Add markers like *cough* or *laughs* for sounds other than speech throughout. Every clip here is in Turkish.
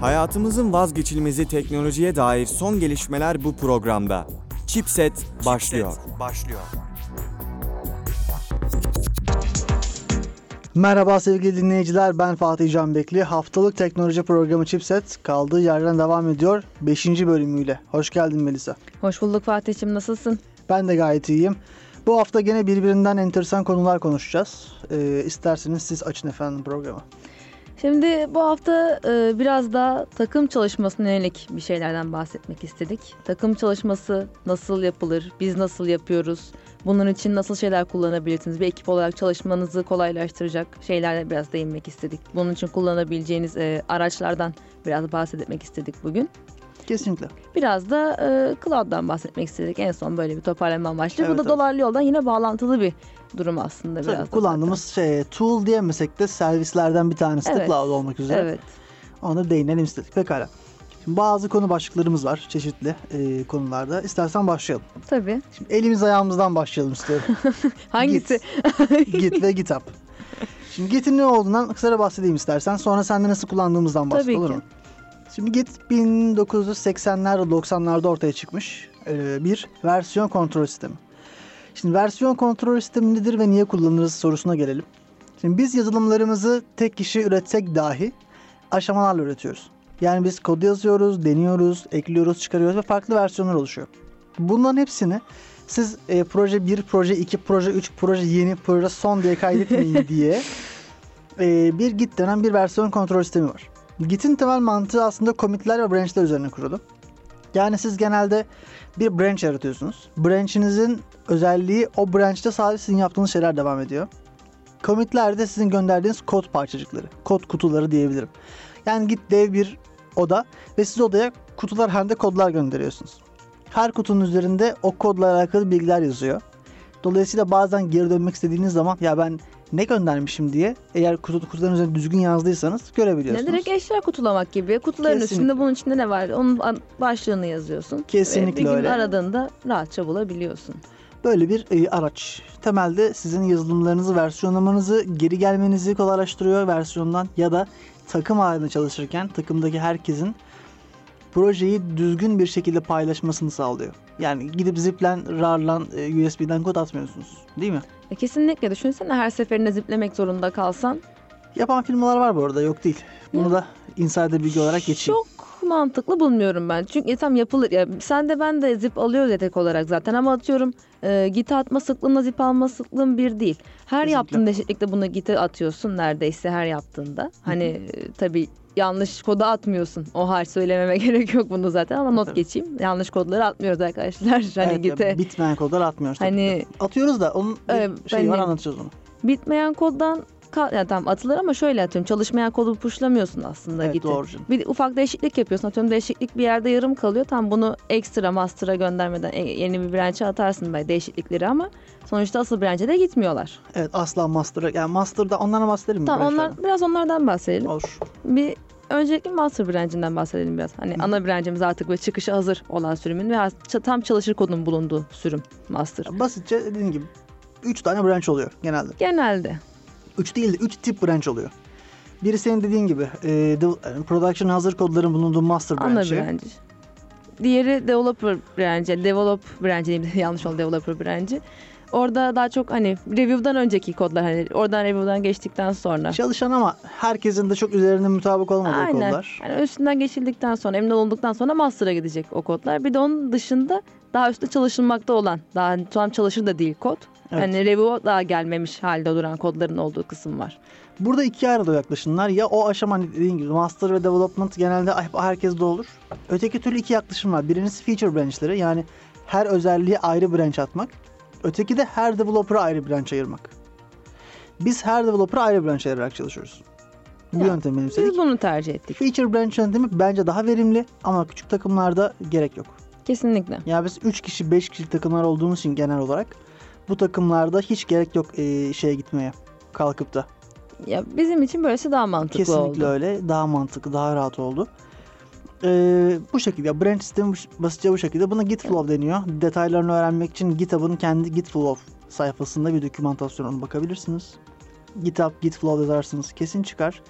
Hayatımızın vazgeçilmezi teknolojiye dair son gelişmeler bu programda. Chipset başlıyor. Başlıyor. Merhaba sevgili dinleyiciler ben Fatih Canbekli. Haftalık teknoloji programı Chipset kaldığı yerden devam ediyor 5. bölümüyle. Hoş geldin Melisa. Hoş bulduk Fatih'cim nasılsın? Ben de gayet iyiyim. Bu hafta gene birbirinden enteresan konular konuşacağız. Ee, isterseniz siz açın efendim programı. Şimdi bu hafta e, biraz da takım çalışmasına yönelik bir şeylerden bahsetmek istedik. Takım çalışması nasıl yapılır, biz nasıl yapıyoruz, bunun için nasıl şeyler kullanabilirsiniz, bir ekip olarak çalışmanızı kolaylaştıracak şeylerle biraz değinmek istedik. Bunun için kullanabileceğiniz e, araçlardan biraz bahsetmek istedik bugün. Kesinlikle. Biraz da e, cloud'dan bahsetmek istedik. En son böyle bir toparlama amaçlı. Evet, Bu da evet. dolarlı yoldan yine bağlantılı bir durum aslında biraz. Tabii da kullandığımız şey, tool diyemesek de servislerden bir tanesi de Evet. cloud olmak zaten. üzere. Evet. Ona da değinelim istedik. Pekala. Şimdi bazı konu başlıklarımız var çeşitli e, konularda. İstersen başlayalım. Tabii. Şimdi elimiz ayağımızdan başlayalım *laughs* istiyorum. Hangisi? Git ve GitHub. Şimdi Git'in ne olduğundan kısaca bahsedeyim istersen. Sonra sen de nasıl kullandığımızdan bahset Tabii olur ki. mu? Şimdi Git 1980'ler 90'larda ortaya çıkmış ee, bir versiyon kontrol sistemi. Şimdi versiyon kontrol sistemi nedir ve niye kullanırız sorusuna gelelim. Şimdi biz yazılımlarımızı tek kişi üretsek dahi aşamalarla üretiyoruz. Yani biz kodu yazıyoruz, deniyoruz, ekliyoruz, çıkarıyoruz ve farklı versiyonlar oluşuyor. Bunların hepsini siz e, proje 1, proje 2, proje 3, proje yeni, proje son diye *laughs* kaydetmeyin diye e, bir Git denen bir versiyon kontrol sistemi var. Git'in temel mantığı aslında commitler ve branchler üzerine kurulu. Yani siz genelde bir branch yaratıyorsunuz. Branch'inizin özelliği o branch'te sadece sizin yaptığınız şeyler devam ediyor. Commitler de sizin gönderdiğiniz kod parçacıkları, kod kutuları diyebilirim. Yani git dev bir oda ve siz odaya kutular halinde kodlar gönderiyorsunuz. Her kutunun üzerinde o kodla alakalı bilgiler yazıyor. Dolayısıyla bazen geri dönmek istediğiniz zaman ya ben ne göndermişim diye eğer kutu, kutuların üzerine düzgün yazdıysanız görebiliyorsunuz. Ne direkt eşya kutulamak gibi. Kutuların Kesinlikle. üstünde bunun içinde ne var? Onun an- başlığını yazıyorsun. Kesinlikle Ve bir gün öyle. aradığında rahatça bulabiliyorsun. Böyle bir e, araç. Temelde sizin yazılımlarınızı, versiyonlamanızı, geri gelmenizi kolaylaştırıyor versiyondan ya da takım halinde çalışırken takımdaki herkesin projeyi düzgün bir şekilde paylaşmasını sağlıyor. Yani gidip ziplen, rarlan, e, USB'den kod atmıyorsunuz. Değil mi? E, kesinlikle düşünsene her seferinde ziplemek zorunda kalsan. Yapan firmalar var bu arada yok değil. Bunu da insider bilgi olarak geçeyim. Çok mantıklı bulmuyorum ben. Çünkü e, tam yapılır. Ya, sen de ben de zip alıyoruz yedek olarak zaten ama atıyorum e, git atma sıklığımla zip alma sıklığım bir değil. Her Kesinlikle. yaptığında eşitlikle bunu gite atıyorsun neredeyse her yaptığında. Hani e, tabii yanlış koda atmıyorsun. O harç söylememe *laughs* gerek yok bunu zaten ama not Tabii. geçeyim. Yanlış kodları atmıyoruz arkadaşlar. *laughs* Hani Evet, gite Bitmeyen kodlar atmıyoruz. tabii Hani- ki. atıyoruz da onun bir Evet, şeyi var ben- anlatacağız onu. bitmeyen koddan ka- yani tamam atılır ama şöyle atıyorum çalışmayan kodu puşlamıyorsun aslında Evet, git'i. doğru canım. Bir değişiklik değişiklik yapıyorsun. Atıyorum değişiklik bir yerde yarım kalıyor. Tam bunu ekstra master'a göndermeden e, yeni bir branch'a atarsın belki değişiklikleri ama sonuçta asıl branch'e de gitmiyorlar. Evet asla master'a yani master'da onlara bahsedelim mi? Tamam Barış onlar abi? biraz onlardan bahsedelim. Olur. Bir öncelikle master branch'inden bahsedelim biraz. Hani Hı. ana branch'imiz artık böyle çıkışı hazır olan sürümün ve as- tam çalışır kodun bulunduğu sürüm master. Basitçe dediğim gibi 3 tane branch oluyor genelde. Genelde 3 değil de 3 tip branch oluyor. Biri senin dediğin gibi e, dev- yani production hazır kodların bulunduğu master Ana branch'i. branch. Diğeri developer branch'i. Develop branch'i diyeyim. *laughs* yanlış oldu developer branch'i. Orada daha çok hani review'dan önceki kodlar hani oradan review'dan geçtikten sonra. Çalışan ama herkesin de çok üzerine mutabık olmadığı Aynen. kodlar. Yani üstünden geçildikten sonra emin olunduktan sonra master'a gidecek o kodlar. Bir de onun dışında daha üstte çalışılmakta olan daha hani tam çalışır da değil kod. Evet. Yani review daha gelmemiş halde duran kodların olduğu kısım var. Burada ikiye ayrılıyor yaklaşımlar. Ya o aşama hani dediğin gibi master ve development genelde hep herkeste olur. Öteki türlü iki yaklaşım var. Birincisi feature branch'leri yani her özelliği ayrı branch atmak. Öteki de her developer'a ayrı branch ayırmak. Biz her developer'a ayrı branch ayırarak çalışıyoruz. Bu Ya, yöntemi benimsedik. Biz bunu tercih ettik. Feature branch yöntemi bence daha verimli ama küçük takımlarda gerek yok. Kesinlikle. Yani biz 3 kişi 5 kişilik takımlar olduğumuz için genel olarak bu takımlarda hiç gerek yok eee, şeye gitmeye kalkıp da. Ya bizim için böylesi daha mantıklı oldu. Kesinlikle öyle daha mantıklı daha rahat oldu. Eee, bu şekilde branch sistemi bu- basitçe bu şekilde. Buna Gitflow deniyor. Detaylarını öğrenmek için GitHub'ın kendi Gitflow sayfasında bir dokümantasyona bakabilirsiniz. GitHub Gitflow yazarsınız kesin çıkar.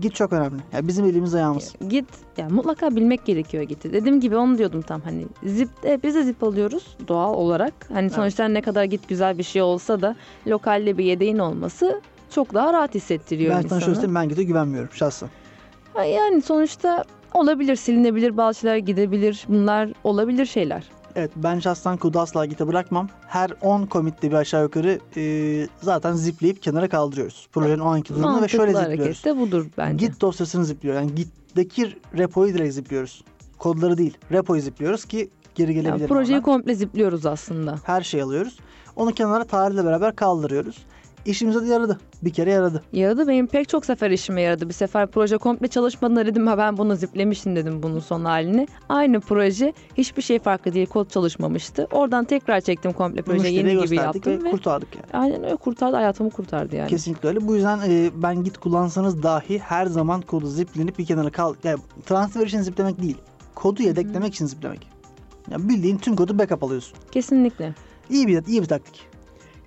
Git çok önemli. Ya bizim elimiz ayağımız. Git yani mutlaka bilmek gerekiyor giti. Dediğim gibi onu diyordum tam hani zip e, biz de zip alıyoruz doğal olarak. Hani sonuçta ne kadar git güzel bir şey olsa da lokalde bir yedeğin olması çok daha rahat hissettiriyor Ben sana insanı. şöyle söyleyeyim ben gide güvenmiyorum şahsen. Ha, Yani sonuçta olabilir silinebilir bazı şeyler gidebilir bunlar olabilir şeyler. Evet ben şahsen kudu asla gite bırakmam. Her 10 commit'te bir aşağı yukarı e, zaten zipleyip kenara kaldırıyoruz. Projenin o anki durumunu ve Mantıklı şöyle zipliyoruz. hareket de budur bence. Git dosyasını zipliyor. Yani Git'teki repoyu direkt zipliyoruz. Kodları değil repoyu zipliyoruz ki geri Yani gelebilir. projeyi oradan. komple zipliyoruz aslında. Her şeyi alıyoruz. Onu kenara tarihle beraber kaldırıyoruz. İşimize de yaradı. Bir kere yaradı. Yaradı benim pek çok sefer işime yaradı. Bir sefer proje komple çalışmadan dedim ha ben bunu ziplemişim dedim bunun son halini. Aynı proje hiçbir şey farklı değil kod çalışmamıştı. Oradan tekrar çektim komple Bunu projeyi müşteriye yeni gibi gösterdik ve, yaptım ve, kurtardık yani. aynen öyle kurtardı hayatımı kurtardı yani. Kesinlikle öyle. Bu yüzden e, ben git kullansanız dahi her zaman kodu ziplenip bir kenara kal. Yani transfer için ziplemek değil. Kodu yedeklemek için ziplemek. Ya bildiğin tüm kodu backup alıyorsun. Kesinlikle. İyi bir iyi bir taktik.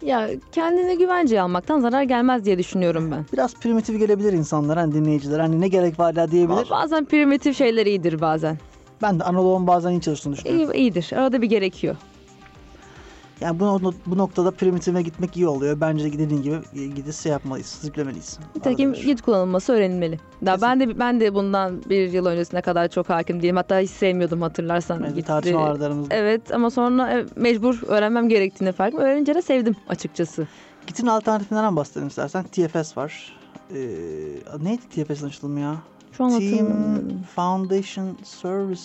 Ya kendine güvenceye almaktan zarar gelmez diye düşünüyorum ben. Biraz primitif gelebilir insanlara, hani dinleyiciler. Hani ne gerek var ya diyebilir. Bazen primitif şeyler iyidir bazen. Ben de analogun bazen iyi çalıştığını düşünüyorum. İyi, iyidir. Arada bir gerekiyor. Yani bu, nok- bu noktada primitive gitmek iyi oluyor. Bence de dediğin gibi e, gidip şey yapmalıyız, ziplemeliyiz. Nitekim Arada bir. git kullanılması öğrenilmeli. Daha ben de ben de bundan bir yıl öncesine kadar çok hakim değilim. Hatta hiç sevmiyordum hatırlarsan. Evet, bir Git- tartışma vardı aramızda. Evet ama sonra e, mecbur öğrenmem gerektiğini fark ettim. Öğrenince de sevdim açıkçası. Git'in alternatifinden bahsedelim istersen. TFS var. Ee, neydi TFS'in açılımı ya? Şu an hatırlamıyorum. Team Foundation Service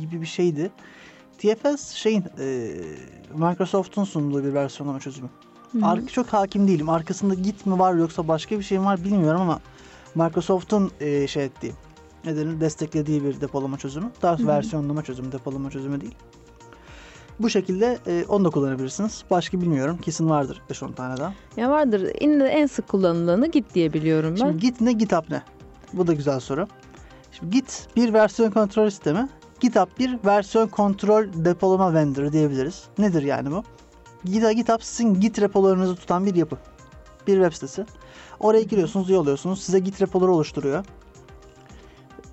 gibi bir şeydi. TFS şeyin e, Microsoft'un sunduğu bir versiyonlama çözümü. Arka çok hakim değilim. Arkasında git mi var yoksa başka bir şey mi var bilmiyorum ama Microsoft'un e, şey ettiği nedeni desteklediği bir depolama çözümü. Daha doğrusu versiyonlama çözümü, depolama çözümü değil. Bu şekilde e, onu da kullanabilirsiniz. Başka bilmiyorum. Kesin vardır 5-10 tane daha. Ya vardır. Yine de en sık kullanılanı git diye biliyorum ben. Şimdi Git ne GitHub ne? Bu da güzel soru. Şimdi Git bir versiyon kontrol sistemi. GitHub bir versiyon kontrol depolama vendor diyebiliriz. Nedir yani bu? Git- GitHub sizin Git repolarınızı tutan bir yapı. Bir web sitesi. Oraya giriyorsunuz, üye oluyorsunuz. Size Git repoları oluşturuyor.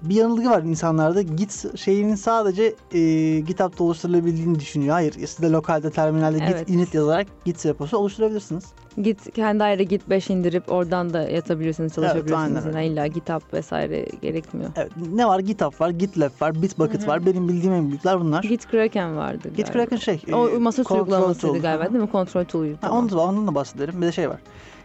Bir yanılgı var insanlarda. Git şeyinin sadece e, GitHub'da oluşturulabildiğini düşünüyor. Hayır, siz de lokalde terminalde Evet. Git init yazarak Git reposu oluşturabilirsiniz. Git kendi ayrı git 5 indirip oradan da yatabilirsiniz, çalışabilirsiniz. aynen öyle. yine illa GitHub vesaire gerekmiyor. Evet, ne var? GitHub var, GitLab var, Bitbucket var. Benim bildiğim en büyükler bunlar. Git Kraken vardı galiba. GitKraken şey. e, O masa kontrol uygulamasıydı tool. galiba değil mi? Kontrol tool'uydu. Ha, tamam. onu da, ondan da bahsedelim. Bir de şey var.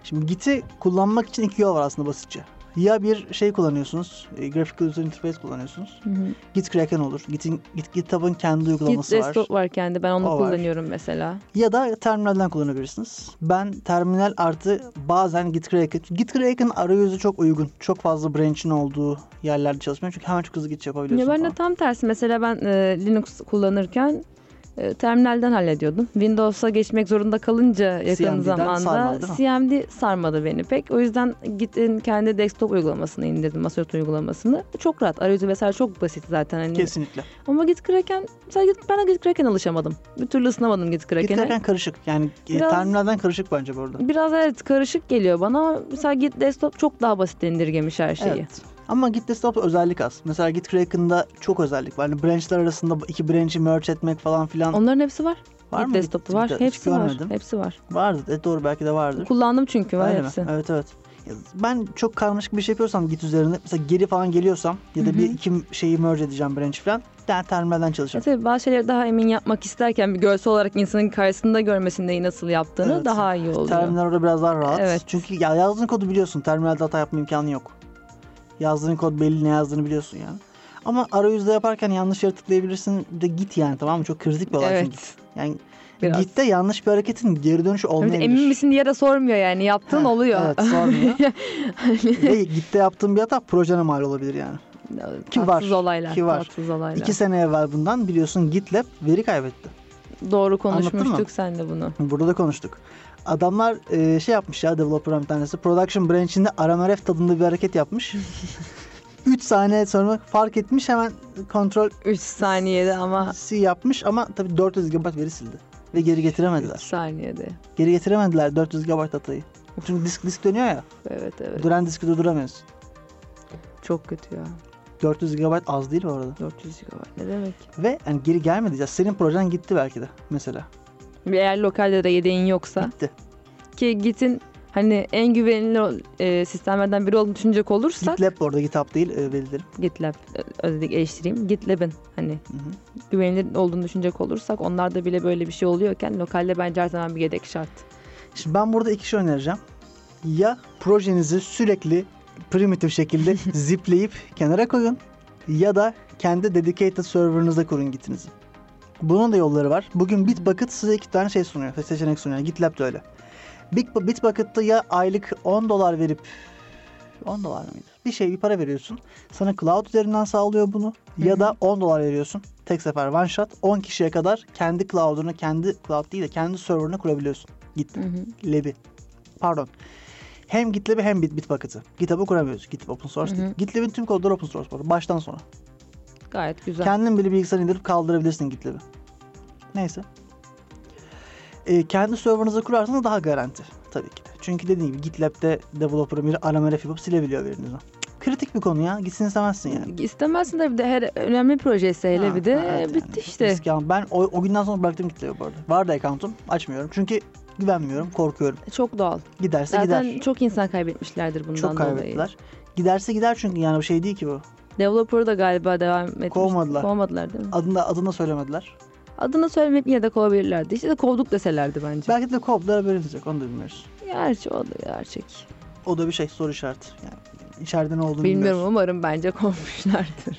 Şimdi Git'i kullanmak için iki yol var aslında basitçe. Ya bir şey kullanıyorsunuz, e, Graphical User Interface kullanıyorsunuz. Hı hı. Git Kraken olur. Git'in Git GitHub'ın kendi Git uygulaması var. desktop var kendi. Ben onu O var. kullanıyorum mesela. Ya da terminalden kullanabilirsiniz. Ben terminal artı bazen Git Kraken. Git Kraken arayüzü çok uygun. Çok fazla branch'in olduğu yerlerde çalışmıyor. Çünkü hemen çok hızlı Git şey Ya yapabiliyorsunuz. ben de tam tersi. Mesela ben e, Linux kullanırken e, terminalden hallediyordum. Windows'a geçmek zorunda kalınca yakın CMD'den zamanda sarmadı değil mi? CMD sarmadı beni pek. O yüzden Git'in kendi desktop uygulamasını indirdim. Masaüstü uygulamasını. Çok rahat. Arayüzü vesaire çok basit zaten. Hani. Kesinlikle. Ama Git Kraken, mesela Git, ben de Git Kraken alışamadım. Bir türlü ısınamadım Git Kraken'e. Git Kraken karışık. Yani e, Biraz- terminalden karışık bence bu arada. Biraz evet karışık geliyor bana ama mesela Git desktop çok daha basit indirgemiş her şeyi. Evet. Ama Git desktop'ta özellik az. Mesela Git Kraken'da çok özellik var. Hani branch'ler arasında iki branch'i merge etmek falan filan Onların hepsi var. var mı? Git desktop'u var. Hiç Hepsi var. görmedim. Hepsi var. Vardır. E, doğru belki de vardır. Kullandım çünkü var Öyle mi? hepsi. Evet evet. Ya Ben çok karmaşık bir şey yapıyorsam Git üzerinde mesela geri falan geliyorsam ya da bir iki şeyi merge edeceğim branch falan ben terminalden E çalışırım. tabii bazı şeyleri daha emin yapmak isterken bir görsel olarak insanın karşısında görmesinde iyi nasıl yaptığını Evet. daha iyi oluyor. Terminal orada biraz daha rahat. Evet. Çünkü ya yazdığın kodu biliyorsun. Terminalde hata yapma imkanı yok. Yazdığın kod belli ne yazdığını biliyorsun yani. Ama arayüzde yaparken yanlış yere tıklayabilirsin. Bir de git yani tamam mı? Çok kritik bir olay Evet. çünkü. Yani Biraz. Git'te yanlış bir hareketin geri dönüşü Bir de olmayabilir. emin misin diye de sormuyor yani yaptığın Ha, oluyor. Evet *laughs* sormuyor. Ve Git'te yaptığın bir hata projene mal olabilir yani. Ki var, tatsız olaylar. ki var. Tatsız olaylar. İki sene evvel bundan biliyorsun GitLab veri kaybetti. Doğru Anlattın mı? konuşmuştuk senle bunu. Burada da konuştuk. Adamlar e, şey yapmış ya developer'ın bir tanesi. Production branch'inde RMRF tadında bir hareket yapmış. 3 saniye sonra fark etmiş hemen kontrol 3 saniyede ama C yapmış ama tabii 400 GB veri sildi. Ve geri 3 getiremediler. saniyede. Geri getiremediler 400 GB datayı. Çünkü disk disk dönüyor ya. Evet evet. Duran diski durduramıyorsun. Çok kötü ya. 400 GB az değil bu arada. 400 GB. Ne demek? Ve yani geri gelmedi. Ya senin projen gitti belki de mesela. Bir eğer lokalde de yedeğin yoksa Gitti. ki gitin hani en güvenilir e, sistemlerden biri olduğunu düşünecek olursak GitLab bu arada GitHub değil e, belirtelim. GitLab ö- özellik eleştireyim. GitLab'in hani Hı hı. güvenilir olduğunu düşünecek olursak onlarda bile böyle bir şey oluyorken lokalde bence her zaman bir yedek şart. Şimdi ben burada iki şey önereceğim. Ya projenizi sürekli primitif şekilde zipleyip kenara koyun ya da kendi dedicated server'ınızda kurun gitinizi. Bunun da yolları var. Bugün Bitbucket size iki tane şey sunuyor, seçenek sunuyor. GitLab da öyle. Big- Bitbucket'ta ya aylık 10 dolar verip 10 dolar mıydı? Bir şey bir para veriyorsun. Sana cloud üzerinden sağlıyor bunu. Ya da 10 dolar veriyorsun. Tek sefer one shot 10 kişiye kadar kendi cloud'unu, kendi cloud değil de kendi server'ını kurabiliyorsun. Gitti. Lebi. Pardon. Hem GitLab'i hem Bit Bitbucket'ı. GitHub'ı kuramıyoruz. GitHub open source Hı hı. değil. GitLab'in tüm kodları open source bu arada, Baştan sona. Gayet güzel. Kendin bile bilgisayarı indirip kaldırabilirsin GitLab'i. Neyse. Ee, kendi serverınızı kurarsanız daha garanti tabii ki de. Çünkü dediğim gibi GitLab'de developer'ı bir arama ref yapıp silebiliyor verinizden. Kritik bir konu ya. Gitsin istemezsin yani. İstemezsin de bir de her önemli projesi hele Ha, bir de e, ha, evet bitti yani. işte. Risk al- Ben o, o günden sonra bıraktım GitLab'i bu arada. Vardı account'um. Açmıyorum. Çünkü güvenmiyorum. Korkuyorum. Çok doğal. Giderse Zaten gider. çok insan kaybetmişlerdir bundan Çok dolayı. kaybettiler. Giderse gider çünkü yani bir şey değil ki bu. Developer'ı da galiba devam etmiş. Kovmadılar. Kovmadılar değil mi? Adını, adını da söylemediler. Adını söylemeyip yine de kovabilirlerdi. İşte de kovduk deselerdi bence. Belki de kovdular haberimiz yok onu da bilmiyoruz. Gerçi o da gerçek. O da bir şey soru işareti. Yani içeride ne olduğunu Bilmiyorum bilmiyoruz. umarım bence kovmuşlardır.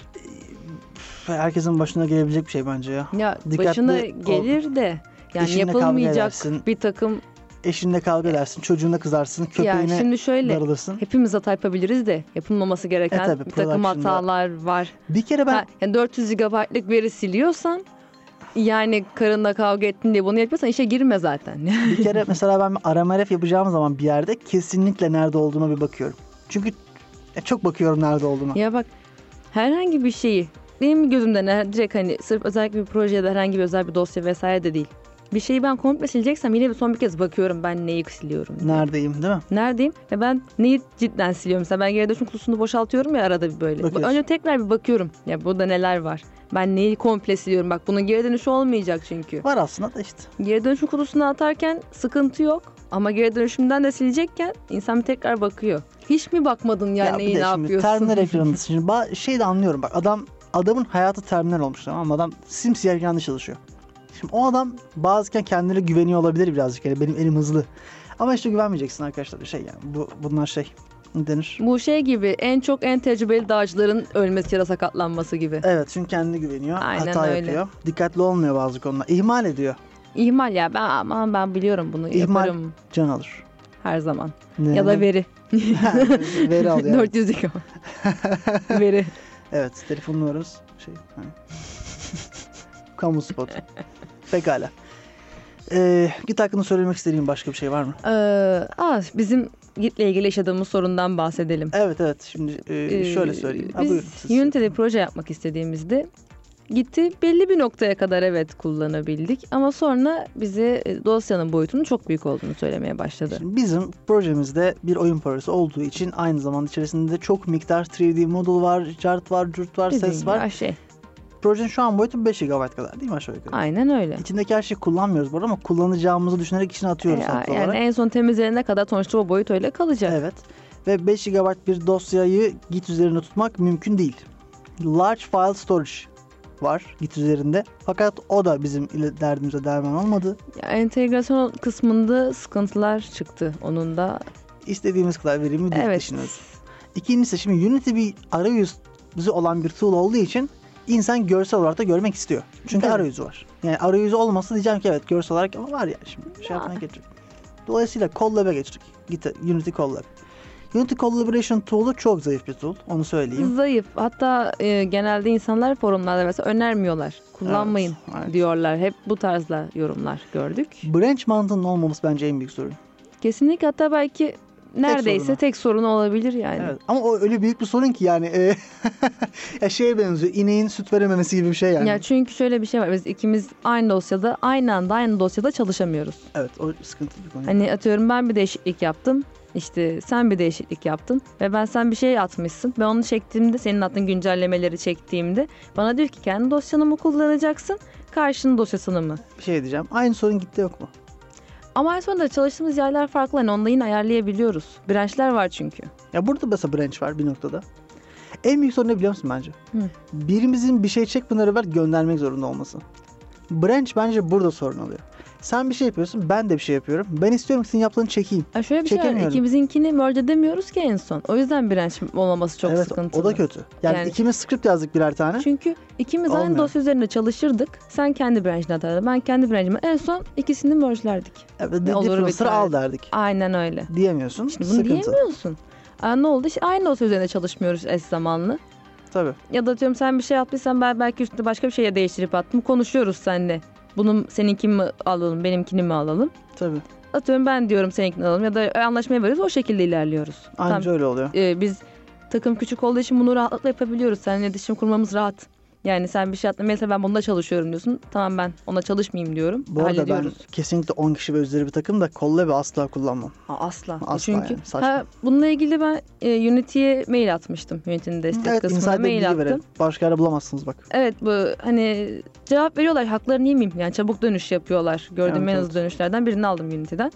Üf, Herkesin başına gelebilecek bir şey bence ya. Ya Dikkatli başına ol. gelir de yani Eşinle kavga yapılmayacak edersin. bir takım Eşinle kavga edersin, çocuğuna kızarsın, köpeğine ya şimdi şöyle darılırsın. hepimiz hata yapabiliriz de yapılmaması gereken E tabii, bir takım production'da- hatalar var. Bir kere ben Ha, yani 400 GB'lık veri siliyorsan yani karınla kavga ettin diye bunu yapıyorsan işe girme zaten. *laughs* bir kere mesela ben arama ref yapacağım zaman bir yerde kesinlikle nerede olduğuma bir bakıyorum. Çünkü e, çok bakıyorum nerede olduğuma. Ya bak herhangi bir şeyi benim gözümden her- direkt hani sırf özellikle bir projede herhangi bir özel bir dosya vesaire de değil. Bir şeyi ben komple sileceksem yine bir son bir kez bakıyorum ben neyi siliyorum. diye. Neredeyim değil mi? Neredeyim? Ve ben neyi cidden siliyorum. Mesela ben geri dönüşüm kutusunu boşaltıyorum ya arada bir böyle. Bakıyorsun. Önce tekrar bir bakıyorum. Ya burada neler var? Ben neyi komple siliyorum? Bak bunun geri dönüşü olmayacak çünkü. Var aslında da işte. Geri dönüşüm kutusuna atarken sıkıntı yok. Ama geri dönüşümden de silecekken insan bir tekrar bakıyor. Hiç mi bakmadın yani bir neyi de ne şimdi yapıyorsun? Terminal ekranındasın. Şimdi ba- şey de anlıyorum bak adam adamın hayatı terminal olmuş tamam mı? Adam simsiyah yanlış çalışıyor. Şimdi o adam bazıken kendine güveniyor olabilir birazcık. Yani benim elim hızlı. Ama işte güvenmeyeceksin arkadaşlar. Şey yani bu bunlar şey ne denir? Bu şey gibi en çok en tecrübeli dağcıların ölmesi ya da sakatlanması gibi. Evet çünkü kendine güveniyor. Aynen hata öyle. yapıyor. Dikkatli olmuyor bazı konular. İhmal ediyor. İhmal ya ben aman ben biliyorum bunu İhmal. yaparım Can alır. her zaman. Ne? Ya *laughs* da veri. *laughs* Veri alıyor. evet. 400 giga. *laughs* veri. Evet, telefon numaramız şey. Hani. *laughs* Kamu spotu. Pekala. Ee, git hakkında söylemek istediğin başka bir şey var mı? Ee, aa, bizim Git'le ilgili yaşadığımız sorundan bahsedelim. Evet evet şimdi e, Ee, şöyle söyleyeyim. Ha, buyurun, Biz siz- Unity'de proje yapmak istediğimizde Git'i belli bir noktaya kadar evet kullanabildik ama sonra bize e, dosyanın boyutunun çok büyük olduğunu söylemeye başladı. Şimdi bizim projemizde bir oyun projesi olduğu için aynı zamanda içerisinde de çok miktar 3D model var, chart var, cürt var, Dediğim ses var. ya Şey, Projenin şu an boyutu 5 GB kadar değil mi aşağı yukarı? aynen öyle. İçindeki her şeyi kullanmıyoruz bu arada ama kullanacağımızı düşünerek içine atıyoruz Ya, haklı E, Ee, yani olarak. en son temizlenene kadar sonuçta o boyut öyle kalacak. Evet. Ve 5 GB bir dosyayı Git üzerinde tutmak mümkün değil. Large file storage var Git üzerinde. Fakat o da bizim ile- derdimize derman olmadı. Ya, entegrasyon kısmında sıkıntılar çıktı onun da. İstediğimiz kadar verimi değil Evet. düşünüyoruz. İkincisi şimdi Unity bir arayüzü olan bir tool olduğu için insan görsel olarak da görmek istiyor. Çünkü Tabii. arayüzü var. Yani arayüzü olmasa diyeceğim ki evet görsel olarak ama var ya şimdi şey yapmaya Ya. geçecek. Dolayısıyla Collab'e geçtik. Git Unity Collab. Unity Collaboration Tool'u çok zayıf bir tool. Onu söyleyeyim. Zayıf. Hatta e, genelde insanlar forumlarda mesela önermiyorlar. Kullanmayın Evet, evet. diyorlar. Hep bu tarzla yorumlar gördük. Branch mantığının olmaması bence en büyük sorun. Kesinlikle hatta belki neredeyse sorunu. tek sorunu olabilir yani. Evet. Ama o öyle büyük bir sorun ki yani e, *laughs* ya şeye benziyor. İneğin süt verememesi gibi bir şey yani. Ya çünkü şöyle bir şey var. Biz ikimiz aynı dosyada, aynı anda aynı dosyada çalışamıyoruz. evet o sıkıntılı bir konu. Hani atıyorum ben bir değişiklik yaptım. İşte sen bir değişiklik yaptın ve ben sen bir şey atmışsın. Ben onu çektiğimde senin attığın güncellemeleri çektiğimde bana diyor ki kendi dosyanı mı kullanacaksın karşının dosyasını mı? Bir şey diyeceğim. Aynı sorun gitti yok mu? Ama en sonunda çalıştığımız yerler farklı. Hani onda yine ayarlayabiliyoruz. Branşlar var çünkü. Ya burada mesela branch var bir noktada. En büyük sorun ne biliyor musun bence? Hı. Birimizin bir şey çekmeden beraber göndermek zorunda olması. Branch bence burada sorun oluyor. Sen bir şey yapıyorsun, ben de bir şey yapıyorum. Ben istiyorum ki senin yaptığını çekeyim. Ya şöyle bir şey var. Çekemiyorum. İkimizinkini merge edemiyoruz ki en son. O yüzden branş olmaması çok evet, sıkıntılı. o da kötü. Yani, Yani- ikimiz script yazdık birer tane. Çünkü ikimiz aynı Olmuyor. dosya üzerinde çalışırdık. Sen kendi branşına atardın. Ben kendi branşıma. En son ikisini merge'lerdik. Evet, de- Ne olur different bir sıra tane. al derdik. Aynen öyle. Diyemiyorsun. Şimdi bunu Sıkıntı. diyemiyorsun. Aa, ne oldu? İşte aynı dosya üzerinde çalışmıyoruz eş zamanlı. Tabii. Ya da diyorum sen bir şey attıysan ben belki üstüne başka bir şeye değiştirip attım. Konuşuyoruz seninle. Bunun seninkini mi alalım, benimkini mi alalım? Tabii. Atıyorum ben diyorum seninkini alalım ya da anlaşmaya varıyoruz o şekilde ilerliyoruz. Anca öyle oluyor. e, biz takım küçük olduğu için bunu rahatlıkla yapabiliyoruz. Seninle iletişim kurmamız rahat. Yani sen bir şey atla mesela ben bunda çalışıyorum diyorsun. Tamam ben ona çalışmayayım diyorum. Bu arada ben Hallediyoruz. kesinlikle 10 kişi ve üzeri bir takım da kollabe asla kullanmam. Aa, asla. Asla Çünkü yani, saçma. Ha, bununla ilgili ben e, Unity'ye mail atmıştım. Unity'nin destek Evet, kısmına inside bilgi mail attım. verelim. Başka yerde bulamazsınız bak. Evet bu hani cevap veriyorlar haklarını yemeyeyim. Yani çabuk dönüş yapıyorlar. Gördüğüm Evet, en evet. hızlı dönüşlerden birini aldım Unity'den.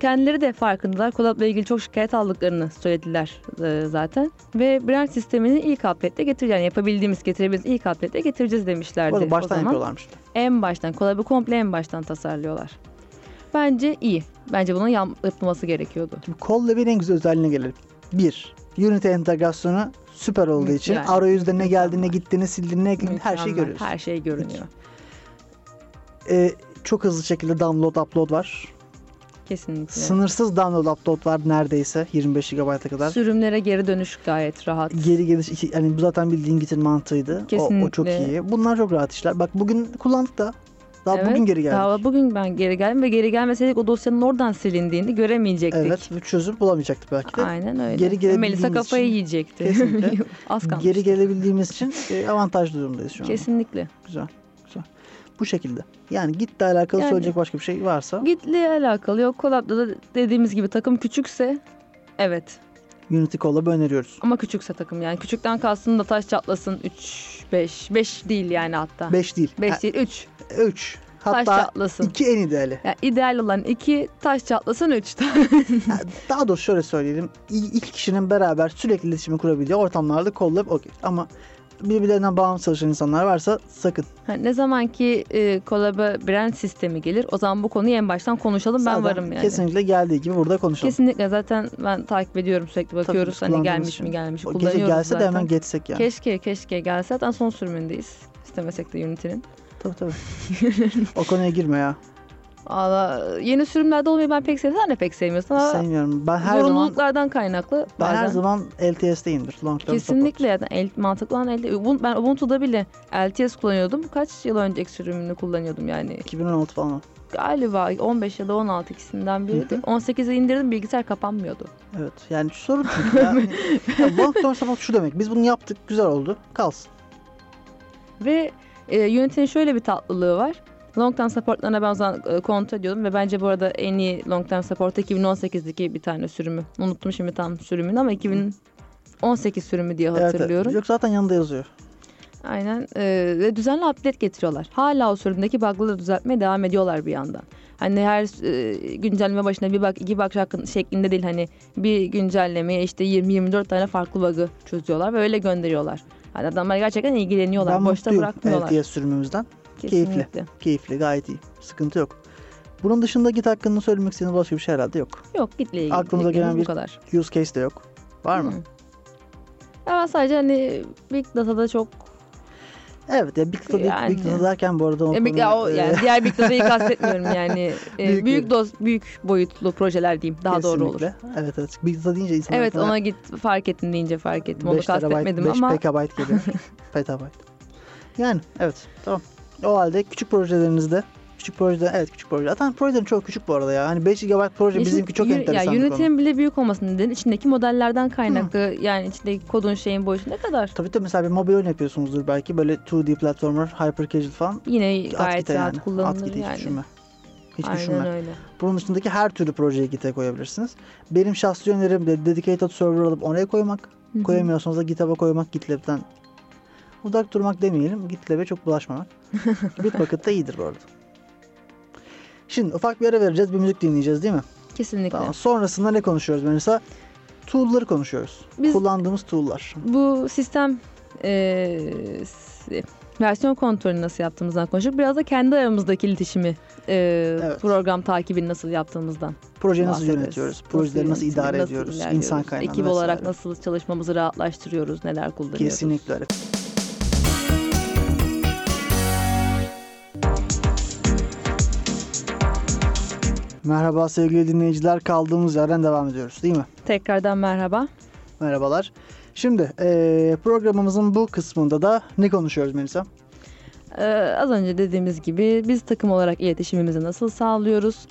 Kendileri de farkındalar. Kolap'la ilgili çok şikayet aldıklarını söylediler e, zaten. Ve branş sistemini ilk update'de getir yani yapabildiğimiz getirebildiğimiz ilk update'de getireceğiz demişlerdi. Bu arada o baştan zaman. yapıyorlarmış. En baştan Kolap'ı komple en baştan tasarlıyorlar. Bence iyi. Bence bunun yap- yapılması gerekiyordu. Şimdi Collab'in en güzel özelliğine gelelim. Bir, Unity entegrasyonu süper olduğu için Mükemmel. arayüzde ne geldi, ne Mükemmel. gitti, ne sildi, ne ekledi her şeyi Mükemmel, görüyoruz. Her şey görünüyor. Ee, çok hızlı şekilde download upload var. Kesinlikle. Sınırsız download upload var neredeyse 25 GB'a kadar. Sürümlere geri dönüş gayet rahat. Geri geliş iki, yani bu zaten bildiğin gitin mantığıydı. O- O, çok Kesinlikle. iyi. Bunlar çok rahat işler. Bak bugün kullandık da daha Evet, bugün geri geldik. Daha bugün ben geri geldim ve geri gelmeseydik o dosyanın oradan silindiğini göremeyecektik. Evet bir çözüm bulamayacaktık belki de. Aynen öyle. Geri gelebildiğimiz Melisa kafayı için yiyecekti. kesinlikle. *laughs* Az kalmış. Geri gelebildiğimiz için e, avantajlı durumdayız şu an. Kesinlikle. Güzel. Güzel. Bu şekilde. Yani gitle alakalı Yani- söyleyecek başka bir şey varsa Gitliğe alakalı yok. Kolap'ta da dediğimiz gibi takım küçükse evet. Unity Collab'ı öneriyoruz. Ama küçükse takım yani. Küçükten kalsın da taş çatlasın 3, 5. 5 değil yani hatta. 5 değil. 5 değil 3. 3. Taş Hatta çatlasın. 2 en ideali. Yani ideal olan 2 taş çatlasın *laughs* 3. Ha, Daha doğrusu şöyle söyleyelim. İ- İki kişinin beraber sürekli iletişimi kurabildiği ortamlarda Collab okey. Ama birbirlerinden bağımsız çalışan insanlar varsa sakın. Yani ne zaman ki e, kolaba brand sistemi gelir o zaman bu konuyu en baştan konuşalım ben Zaten varım yani. Kesinlikle geldiği gibi burada konuşalım. Kesinlikle zaten ben takip ediyorum sürekli bakıyoruz biz hani kullandığımız gelmiş için. mi gelmiş mi O gece kullanıyoruz gelse de zaten. hemen geçsek yani. Keşke keşke gelse zaten son sürümündeyiz. İstemesek de Unity'nin. tabii *laughs* tabii. o konuya girme ya. Valla yeni sürümlerde olmayı ben pek sevmiyorum. Sen de pek sevmiyorsun ama Sevmiyorum. Ben her zaman zorunluluklardan kaynaklı. ben bazen- her zaman LTS'deyimdir. Long term support. Kesinlikle yani el, mantıklı olan elde. Ubun- Ben Ubuntu'da bile LTS kullanıyordum. Kaç yıl önceki sürümünü kullanıyordum yani. 2016 falan. Galiba 15 ya da 16 ikisinden biriydi. Hı hı. 18'e indirdim bilgisayar kapanmıyordu. Evet yani şu sorun çünkü *laughs* ya. ya long term support şu demek. Biz bunu yaptık güzel oldu kalsın. Ve e, yönetimin şöyle bir tatlılığı var. Long term supportlarına ben o zaman e, kontrol ediyordum ve bence bu arada en iyi long term support 2018'deki bir tane sürümü. Unuttum şimdi tam sürümünü ama 2018 sürümü diye Evet, evet. hatırlıyorum. Yok zaten yanında yazıyor. Aynen e, ve düzenli update getiriyorlar. Hala o sürümdeki bug'ları düzeltmeye devam ediyorlar bir yandan. Hani her e, güncelleme başına bir bak iki bak şakın- şeklinde değil hani bir güncellemeye işte 20-24 tane farklı bug'ı çözüyorlar ve öyle gönderiyorlar. Hani adamlar gerçekten ilgileniyorlar. ben Boşta mutluyum bırakmıyorlar. LTS sürümümüzden. keyifli. Kesinlikle. Keyifli gayet iyi. Sıkıntı yok. Bunun dışında git hakkında söylemek istediğiniz başka bir şey herhalde yok. Yok gitle ilgili. Aklınıza gelen bu bir- kadar. Use case de yok. Var mı? Hı. Ya ben sadece hani Big Data'da çok Evet ya Big Data, değil, Yani. Big Data derken bu arada o ya, big, konu, ya o, e, yani diğer *laughs* Big Data'yı kastetmiyorum yani E, Büyük büyük bir- doz büyük boyutlu projeler diyeyim daha doğru olur. kesinlikle. Evet evet. Big Data deyince insanlar Evet ona git fark ettim deyince fark ettim. Onu 5 terabayt, kastetmedim 5 ama petabayt *laughs* geliyor. petabayt. Yani evet tamam. O halde küçük projelerinizde küçük projeler evet küçük proje. Zaten projelerin çok küçük bu arada ya. Hani 5 GB proje Yeşil- bizimki çok yürü- enteresan ya, bir konu. Unity'nin bile büyük olmasının nedeni içindeki modellerden kaynaklı. Yani içindeki kodun şeyin boyutu ne kadar? Tabii de mesela bir mobil oyun yapıyorsunuzdur belki böyle 2D platformer, hyper casual falan. Yine At gayet gite rahat yani. At kullanılır gite hiç yani. düşünme. Hiç düşünme. Aynen öyle. Bunun dışındaki her türlü projeyi Git'e koyabilirsiniz. Benim şahsi önerim de dedicated server alıp oraya koymak. Hı hı. Koyamıyorsanız da GitHub'a koymak GitLab'den uzak durmak demeyelim. GitLab'e çok *laughs* bulaşmamak. Bitbucket da iyidir bu arada. Şimdi ufak bir ara vereceğiz. Bir müzik dinleyeceğiz değil mi? Kesinlikle. Tamam. Sonrasında ne konuşuyoruz Melisa? Tool'ları konuşuyoruz. Biz- Kullandığımız tool'lar. Bu sistem e, s- versiyon kontrolünü nasıl yaptığımızdan konuştuk. Biraz da kendi aramızdaki iletişimi, e, Evet. program takibini nasıl yaptığımızdan. Projeyi nasıl bahsederiz. yönetiyoruz? Projeleri nasıl yönetilir, idare nasıl ediyoruz? ilerliyoruz, İnsan kaynağı Ekip olarak vesaire. nasıl çalışmamızı rahatlaştırıyoruz, neler kullanıyoruz. Kesinlikle öyle. Merhaba sevgili dinleyiciler. Kaldığımız yerden devam ediyoruz değil mi? Tekrardan merhaba. Merhabalar. Şimdi eee, programımızın bu kısmında da ne konuşuyoruz Melisa? Ee, az önce dediğimiz gibi biz takım olarak iletişimimizi nasıl sağlıyoruz?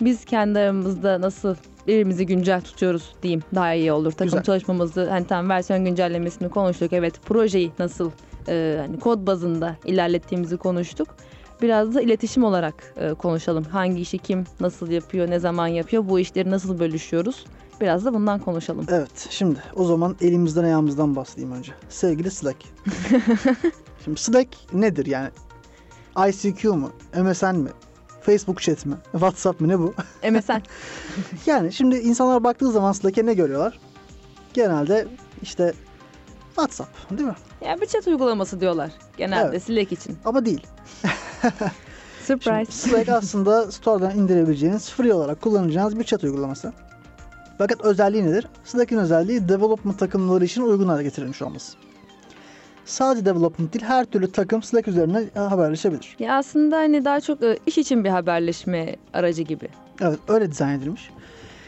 Biz kendi aramızda nasıl birbirimizi güncel tutuyoruz diyeyim daha iyi olur. Takım Güzel. çalışmamızı hani tam versiyon güncellemesini konuştuk. Evet projeyi nasıl e, hani kod bazında ilerlettiğimizi konuştuk. Biraz da iletişim olarak e, konuşalım. Hangi işi kim nasıl yapıyor, ne zaman yapıyor, bu işleri nasıl bölüşüyoruz? Biraz da bundan *laughs* konuşalım. Evet şimdi o zaman elimizden ayağımızdan bahsedeyim önce. Sevgili *laughs* Slack. şimdi Slack nedir yani? ICQ mu? MSN mi? Facebook chat mi? WhatsApp mı ne bu? MSN. Yani şimdi insanlar baktığı zaman Slack'e ne görüyorlar? Genelde işte WhatsApp değil mi? ya bir chat uygulaması diyorlar genelde Evet. Slack için. Ama değil. Şimdi Surprise. Slack aslında Store'dan indirebileceğiniz, free olarak kullanacağınız bir chat uygulaması. Fakat özelliği nedir? Slack'in özelliği development takımları için uygun hale getirilmiş olması. Sadece development değil, her türlü takım Slack üzerine e, haberleşebilir. Ya aslında hani daha çok e, iş için bir haberleşme aracı gibi. Evet, öyle dizayn edilmiş.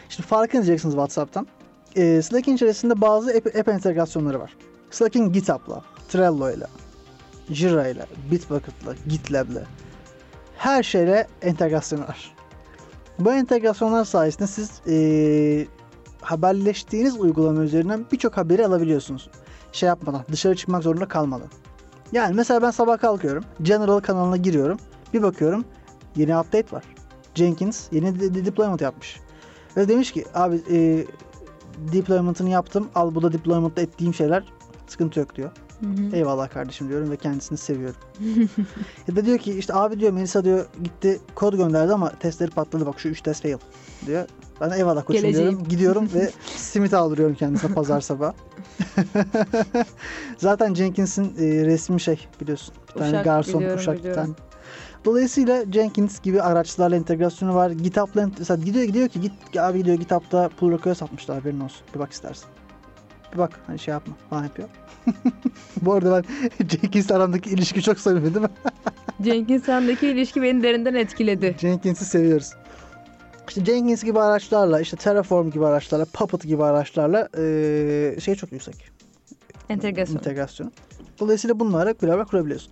Şimdi fark edeceksiniz WhatsApp'tan. Ee, Slack'in içerisinde bazı app, app entegrasyonları var. Slack'in GitHub'la, Trello'yla, Jira'yla, Bitbucket'la, GitLab'la her şeyle entegrasyonu var. Bu entegrasyonlar sayesinde siz ee, haberleştiğiniz uygulama üzerinden birçok haberi alabiliyorsunuz. Şey yapmadan, dışarı çıkmak zorunda kalmadan. Yani mesela ben sabah kalkıyorum, General kanalına giriyorum, bir bakıyorum yeni update var. Jenkins yeni de- de- deployment yapmış. Ve demiş ki abi e, deployment'ını yaptım. Al bu da deployment'ta ettiğim şeyler sıkıntı yok diyor. Eyvallah kardeşim diyorum ve kendisini seviyorum. ya da diyor ki işte abi diyor Melisa diyor gitti kod gönderdi ama testleri patladı bak şu 3 test fail diyor. Ben de eyvallah koçum Geleceğim. diyorum. Gidiyorum ve simit aldırıyorum kendisine pazar sabah. Zaten Jenkins'in e, resmi şey biliyorsun. Bir tane Uşak, garson biliyorum, uşak bir biliyorum. tane. Dolayısıyla Jenkins gibi araçlarla entegrasyonu var. GitHub'la ent- mesela gidiyor gidiyor ki git abi gidiyor GitHub'da pull request atmışlar haberin olsun. Bir bak istersen. Bir bak hani şey yapma falan yapıyor. *laughs* Bu arada ben *laughs* Jenkins'le aramdaki ilişki çok samimi değil mi? Cenk'in sendeki ilişki beni derinden etkiledi. Jenkins'i seviyoruz. İşte Jenkins gibi araçlarla, işte Terraform gibi araçlarla, Puppet gibi araçlarla eee, şey çok yüksek. Entegrasyon. entegrasyonu. Dolayısıyla bunlara beraber kurabiliyorsun.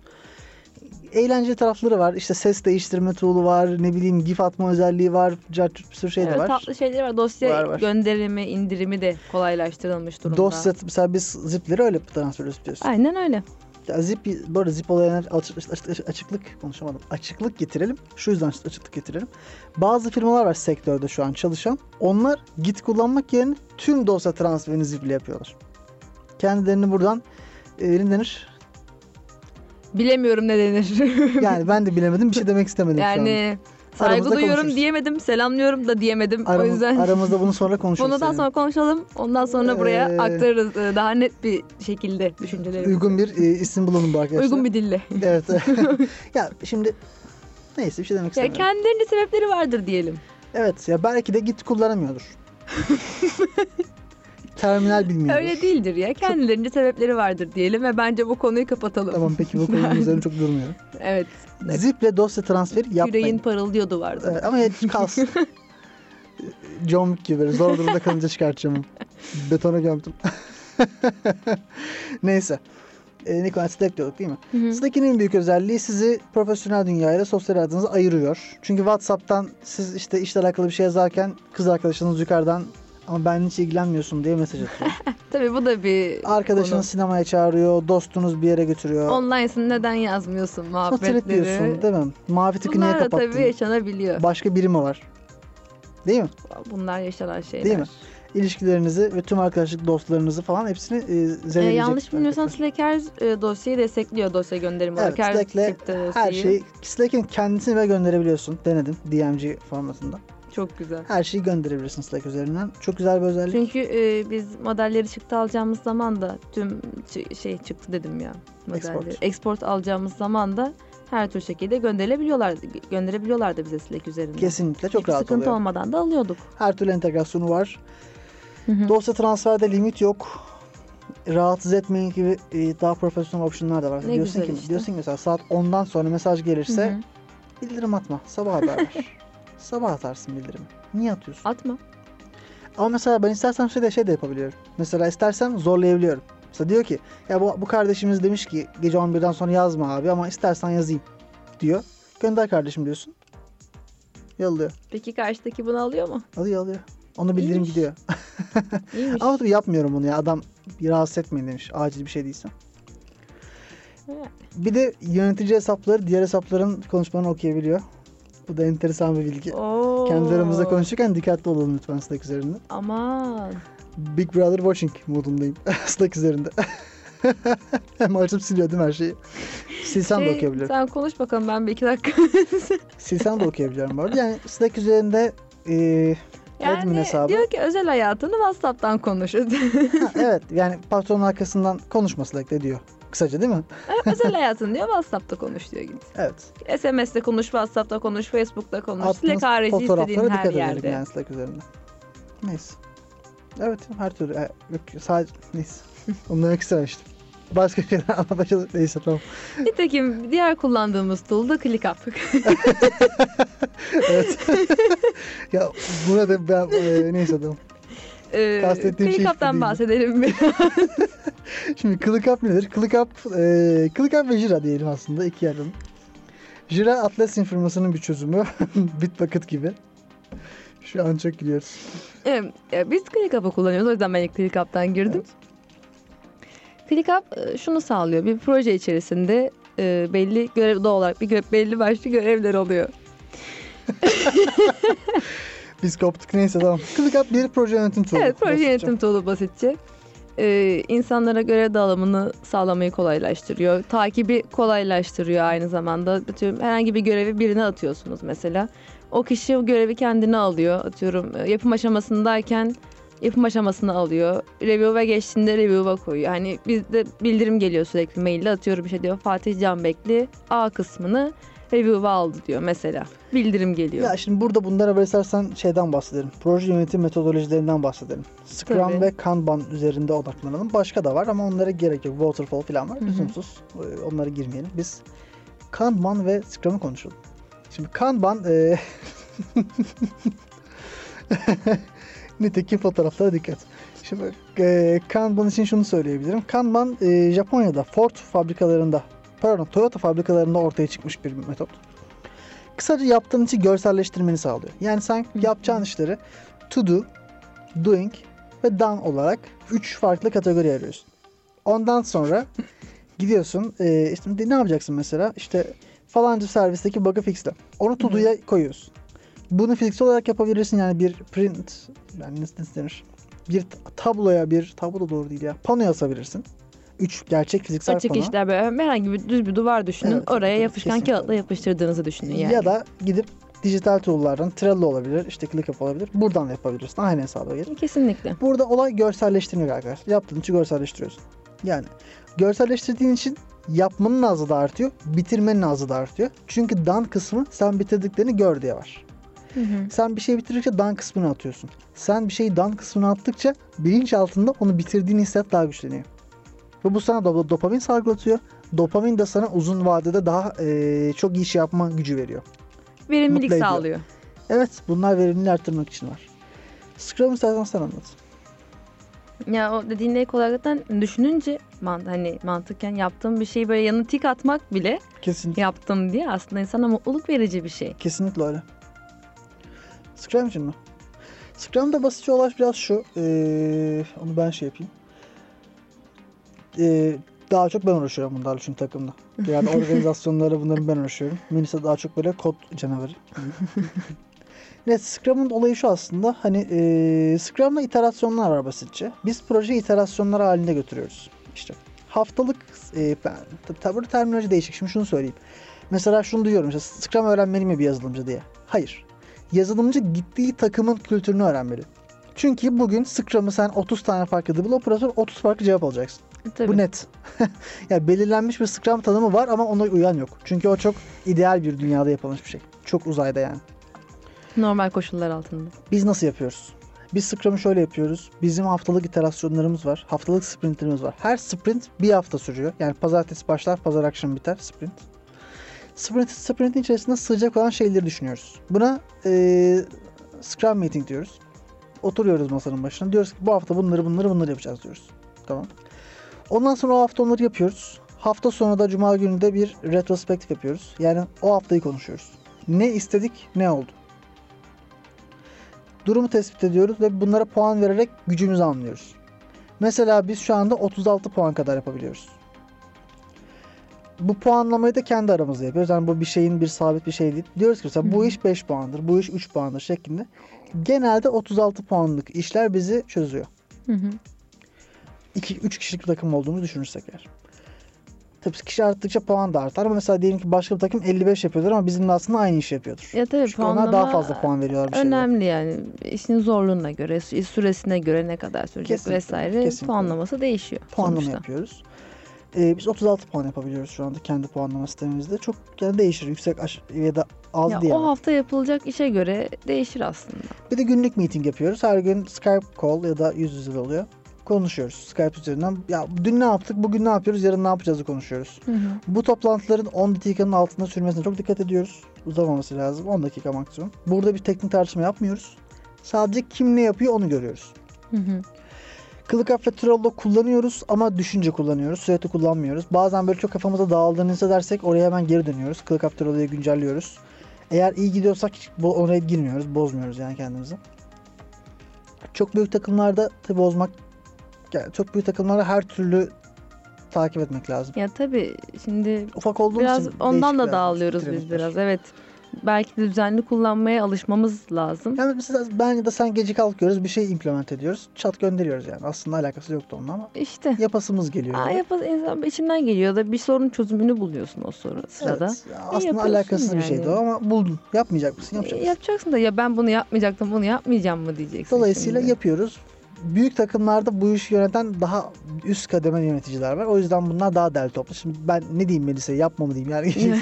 Eğlence tarafları var. İşte ses değiştirme tool'u var. Ne bileyim GIF atma özelliği var. cart curt bir sürü şey de Evet, var. tatlı şeyler var. Dosya Var, var. gönderimi, indirimi de kolaylaştırılmış durumda. Dosya mesela biz zipleri öyle transfer ediyoruz biliyorsun. Aynen öyle. Ya zip, bu arada zip olayına açık- açık- açık- açıklık konuşamadım. Açıklık getirelim. Şu yüzden açıklık getirelim. Bazı firmalar var sektörde şu an çalışan. Onlar git kullanmak yerine tüm dosya transferini ziple yapıyorlar. Kendilerini buradan e, ne *laughs* denir? Bilemiyorum ne denir. *laughs* Yani ben de bilemedim. Bir şey demek istemedim şu anda. yani saygı Aramızda duyuyorum konuşuruz. diyemedim, selamlıyorum da diyemedim. Aramız- o yüzden aramızda bunu sonra konuşuruz. bunu daha seninle. sonra konuşalım. Ondan sonra buraya Ee, aktarırız e, daha net bir şekilde düşüncelerimizi. uygun bir e, isim bulalım bu arkadaşlar. Uygun bir dille. *laughs* Evet. *laughs* ya şimdi neyse bir şey demek Ya istemiyorum. kendilerinin sebepleri vardır diyelim. Evet ya belki de git *laughs* kullanamıyordur. Terminal bilmiyordur. Öyle değildir ya. Kendilerince sebepleri vardır diyelim ve bence bu konuyu kapatalım. Tamam peki bu *laughs* konunun üzerine çok durmuyorum. Evet. Evet. Ziple dosya transferi yapmayın. Yüreğin parıldıyordu vardı. Evet, ama hiç *laughs* kalsın. John Wick gibi böyle zor durumda kalınca çıkartacağım. Betona gömdüm. *laughs* Neyse. E, Nikola Slack diyorduk değil mi? Hı hı. Slack'in en büyük özelliği sizi profesyonel dünyayla sosyal hayatınızı ayırıyor. Çünkü WhatsApp'tan siz işte işle alakalı bir şey yazarken kız arkadaşınız yukarıdan Ama ben hiç ilgilenmiyorsun diye mesaj *laughs* atıyor. Tabii bu da bir Arkadaşını konu. sinemaya çağırıyor, dostunuz bir yere götürüyor. Online'sın neden yazmıyorsun Sosyal muhabbetleri. diyorsun değil mi? Mavi tıkı niye Bunlar da kapattın? tabii yaşanabiliyor. Başka biri mi var? Değil mi? Bunlar yaşanan şeyler. Değil mi? İlişkilerinizi ve tüm arkadaşlık dostlarınızı falan hepsini e, Ee, zehirleyecek. yanlış bilmiyorsam arkadaşlar. Slack her e, dosyayı destekliyor dosya gönderimi Evet, olarak. Her Slack'le tipte dosyayı. her şey şeyi Slack'in kendisini ve gönderebiliyorsun. Denedim DMG formatında. Çok güzel. Her şeyi gönderebilirsin Slack üzerinden. Çok güzel bir özellik. Çünkü e, biz modelleri çıktı alacağımız zaman da tüm çı- şey çıktı dedim ya. Modelleri. Export. Export. alacağımız zaman da her tür şekilde gönderebiliyorlar gönderebiliyorlar da bize Slack üzerinden. Kesinlikle çok Hiçbir rahat sıkıntı oluyor. olmadan da alıyorduk. Her türlü entegrasyonu var. Hı hı. Dosya transferde limit yok. Rahatsız etmeyin gibi e, daha profesyonel opsiyonlar da var. Ne diyorsun güzel ki, işte. diyorsun ki mesela saat 10'dan sonra mesaj gelirse Hı hı. bildirim atma. Sabah haber *laughs* ver. Sabah atarsın bildirimi. Niye atıyorsun? Atma. Ama mesela ben istersen şey de şey de yapabiliyorum. Mesela istersen zorlayabiliyorum. Mesela diyor ki ya bu, bu kardeşimiz demiş ki gece 11'den sonra yazma abi ama istersen yazayım diyor. Gönder kardeşim diyorsun. Yolluyor. Peki karşıdaki bunu alıyor mu? Alıyor alıyor. Onu bildirim İyiymiş. gidiyor. İyiymiş. Ama tabii yapmıyorum bunu ya. Adam bir rahatsız etmeyin demiş. Acil bir şey değilse. Evet. Bir de yönetici hesapları diğer hesapların konuşmalarını okuyabiliyor. Bu da enteresan bir bilgi. Oo. Kendi aramızda konuşurken dikkatli olalım lütfen Slack üzerinde. Aman. Big Brother Watching modundayım. *laughs* Slack üzerinde. Hem açıp siliyor değil mi her şeyi? Silsem de Şey, okuyabiliyorum. sen konuş bakalım ben bir iki dakika. *laughs* Silsem de okuyabiliyorum bu arada. Yani Slack üzerinde eee, Admin yani hesabı. diyor ki özel hayatını *laughs* WhatsApp'tan konuş. *laughs* ha, evet yani patronun arkasından konuşma Slack'te diyor. Kısaca değil mi? özel hayatını diyor WhatsApp'ta konuş diyor gibi. Evet. SMS'te konuş, WhatsApp'ta konuş, Facebook'ta konuş. Attığınız Slack harici fotoğraflara istediğin dikkat her edelim yerde. yani Slack üzerinde. Neyse. Evet her türlü. E, yok, sadece *laughs* neyse. Onu demek istemiştim. Başka şeyler anlatacağız. Neyse tamam. Nitekim diğer kullandığımız tool da ClickUp. *laughs* Ya buna da ben e, neyse tamam. Ee, *laughs* Kastettiğim şey hiçbir ClickUp'tan değil. *laughs* bahsedelim bir. Şimdi ClickUp nedir? ClickUp, e, ClickUp ve Jira diyelim aslında iki yerden. Jira Atlassian firmasının bir çözümü. *laughs* Bitbucket gibi. Şu an çok gülüyoruz. Ee, e, Biz ClickUp'ı kullanıyoruz. O yüzden ben ilk ClickUp'tan girdim. ClickUp e, şunu sağlıyor. Bir proje içerisinde e, belli görev doğal olarak bir gö- belli başlı görevler oluyor. Biz koptuk neyse tamam. ClickUp bir proje yönetim tool'u. Evet, proje basitçe. yönetim tool'u basitçe. Ee, insanlara görev dağılımını sağlamayı kolaylaştırıyor. Takibi kolaylaştırıyor aynı zamanda. Atıyorum, herhangi bir görevi birine atıyorsunuz mesela. O kişi o görevi kendine alıyor. Atıyorum e, yapım aşamasındayken yapım aşamasını alıyor. Review'a geçtiğinde review'a koyuyor. Hani bizde bildirim geliyor sürekli maille atıyorum bir şey diyor. Fatih Canbekli A kısmını review'a aldı diyor mesela. Bildirim geliyor. Ya şimdi burada bunlara böyle istersen şeyden bahsedelim. Proje yönetim metodolojilerinden bahsedelim. Scrum Tabii. ve Kanban üzerinde odaklanalım. Başka da var ama onlara gerek yok. Waterfall falan var. Hı hı. Lüzumsuz. Ee, Onlara girmeyelim. Biz Kanban ve Scrum'ı konuşalım. Şimdi Kanban e... *laughs* nitekim fotoğraflara dikkat. Şimdi e, Kanban için şunu söyleyebilirim. Kanban e, Japonya'da Ford fabrikalarında pardon Toyota fabrikalarında ortaya çıkmış bir metot. Kısaca yaptığın işi görselleştirmeni sağlıyor. Yani sen Hı. yapacağın işleri to do, doing ve done olarak 3 farklı kategori ayırıyorsun. Ondan sonra gidiyorsun e, işte ne yapacaksın mesela işte falanca servisteki bug'ı fixle. Onu to Hı hı. do'ya koyuyorsun. Bunu fix olarak yapabilirsin yani bir print yani nasıl nasıl denir? Bir tabloya bir tablo da doğru değil ya. Panoya asabilirsin. 3 gerçek fiziksel Açık pano. işler böyle herhangi bir düz bir duvar düşünün. Evet, oraya evet, yapışkan kesinlikle. kağıtla yapıştırdığınızı düşünün yani. Ya da gidip dijital tool'lardan Trello olabilir, işte ClickUp olabilir. Buradan da yapabilirsin. Aynı hesaba gelir. Kesinlikle. Burada olay görselleştirmek arkadaşlar. Yaptığın için görselleştiriyorsun. Yani görselleştirdiğin için yapmanın azı da artıyor, bitirmenin azı da artıyor. Çünkü done kısmı sen bitirdiklerini gör diye var. Sen bir şey bitirdikçe done kısmını atıyorsun. Sen bir şeyi done kısmını attıkça bilinç altında onu bitirdiğin hissiyat daha güçleniyor. Ve bu sana do- dopamin salgılatıyor. Dopamin de sana uzun vadede daha eee, çok iyi iş yapma gücü veriyor. Verimlilik Mutlu ediyor. sağlıyor. Evet bunlar verimliliği arttırmak için var. Scrum istersen sen anlat. Ya o dediğinle ek olarak zaten düşününce man, hani mantıken yaptığım bir şeyi böyle yanı tik atmak bile Kesinlikle. yaptım diye E, aslında insana mutluluk verici bir şey. Kesinlikle öyle. Scrum için mi? Scrum'da basitçe olay biraz şu. eee, onu ben şey yapayım. Eee, daha çok ben uğraşıyorum bunlarla çünkü takımda. Yani organizasyonlara bunların ben uğraşıyorum. Minisa daha çok böyle kod canavarı. Evet Scrum'ın olayı şu aslında. Hani eee Scrum'la iterasyonlar var basitçe. Biz projeyi iterasyonlar halinde götürüyoruz. İşte haftalık eee ben, tabii, tabii burada terminoloji değişik. Şimdi şunu söyleyeyim. Mesela şunu duyuyorum. Işte, Scrum öğrenmeli mi bir yazılımcı diye. Hayır. Yazılımcı gittiği takımın kültürünü öğrenmeli. Çünkü bugün Scrum'ı sen 30 tane farklı developer'a 30 farklı cevap alacaksın. Tabii. Bu net. *laughs* ya belirlenmiş bir Scrum tanımı var ama ona uyan yok. Çünkü o çok ideal bir dünyada yapılmış bir şey. Çok uzayda yani. Normal koşullar altında. Biz nasıl yapıyoruz? Biz Scrum'ı şöyle yapıyoruz. Bizim haftalık iterasyonlarımız var. Haftalık sprintlerimiz var. Her sprint bir hafta sürüyor. Yani pazartesi başlar, pazar akşamı biter sprint. Sprint, sprintin içerisinde sığacak olan şeyleri düşünüyoruz. Buna eee Scrum Meeting diyoruz. Oturuyoruz masanın başına. Diyoruz ki bu hafta bunları bunları bunları yapacağız diyoruz. Tamam. Ondan sonra o hafta onları yapıyoruz. Hafta sonu da cuma günü de bir retrospektif yapıyoruz. Yani o haftayı konuşuyoruz. Ne istedik, ne oldu? durumu tespit ediyoruz ve bunlara puan vererek gücümüzü anlıyoruz. Mesela biz şu anda 36 puan kadar yapabiliyoruz. Bu puanlamayı da kendi aramızda yapıyoruz. Yani bu bir şeyin bir sabit bir şey değil. Diyoruz ki mesela bu iş 5 puandır, bu iş 3 puandır şeklinde. Genelde 36 puanlık işler bizi çözüyor. Hı hı. 2-3 kişilik bir takım olduğumuzu düşünürsek eğer. Tabii kişi arttıkça puan da artar ama mesela diyelim ki başka bir takım 55 yapıyordur ama bizimle aslında aynı işi yapıyordur. Ya tabii Çünkü onlar daha puanlama fazla puan veriyorlar bir şey şeylere. Önemli yani işin zorluğuna göre, sü- süresine göre ne kadar sürecek Kesinlikle, vesaire kesinlikle. puanlaması değişiyor puanlama sonuçta. yapıyoruz. Ee, biz 36 puan yapabiliyoruz şu anda kendi puanlama sistemimizde. Çok yani değişir yüksek aş- ya da az Ya diye. o hafta yapılacak işe göre değişir aslında. Bir de günlük meeting yapıyoruz. Her gün Skype call ya da yüz yüze oluyor. Konuşuyoruz Skype üzerinden. Ya dün ne yaptık, bugün ne yapıyoruz, yarın ne yapacağızı konuşuyoruz. Bu toplantıların 10 dakikanın altında sürmesine çok dikkat ediyoruz. Uzamaması lazım. 10 dakika maksimum. Burada bir teknik tartışma yapmıyoruz. Sadece kim ne yapıyor onu görüyoruz. Hı hı. Kılık Afetrol'da kullanıyoruz ama düşünce kullanıyoruz. Sürekli kullanmıyoruz. Bazen böyle çok kafamıza dağıldığını hissedersek oraya hemen geri dönüyoruz. Kılık Afetrol'u güncelliyoruz. Eğer iyi gidiyorsak hiç bo- oraya girmiyoruz. Bozmuyoruz yani kendimizi. Çok büyük takımlarda tabi bozmak yani çok büyük takımlarda her türlü takip etmek lazım. Ya tabii şimdi Ufak olduğumuz biraz için ondan da değişikler, dağılıyoruz biz değişikler. biraz. Evet. Belki de düzenli kullanmaya alışmamız lazım. Yani mesela ben ya da sen gece kalkıyoruz bir şey implement ediyoruz. Çat gönderiyoruz yani. Aslında alakası yoktu onunla ama İşte. yapasımız geliyor. Aa, böyle. yap insan içinden geliyor da bir sorun çözümünü buluyorsun o soru sırada. Evet, ya aslında yapıyorsun alakasız bir şeydi o yani. ama buldun. Yapmayacak mısın? Yapacaksın. E, yapacaksın da ya ben bunu yapmayacaktım bunu yapmayacağım mı diyeceksin. Dolayısıyla şimdi. yapıyoruz. Büyük takımlarda bu işi yöneten daha üst kademe yöneticiler var. O yüzden bunlar daha derli toplu. Şimdi ben ne diyeyim Melisa'ya yapma mı diyeyim *laughs* yani. ya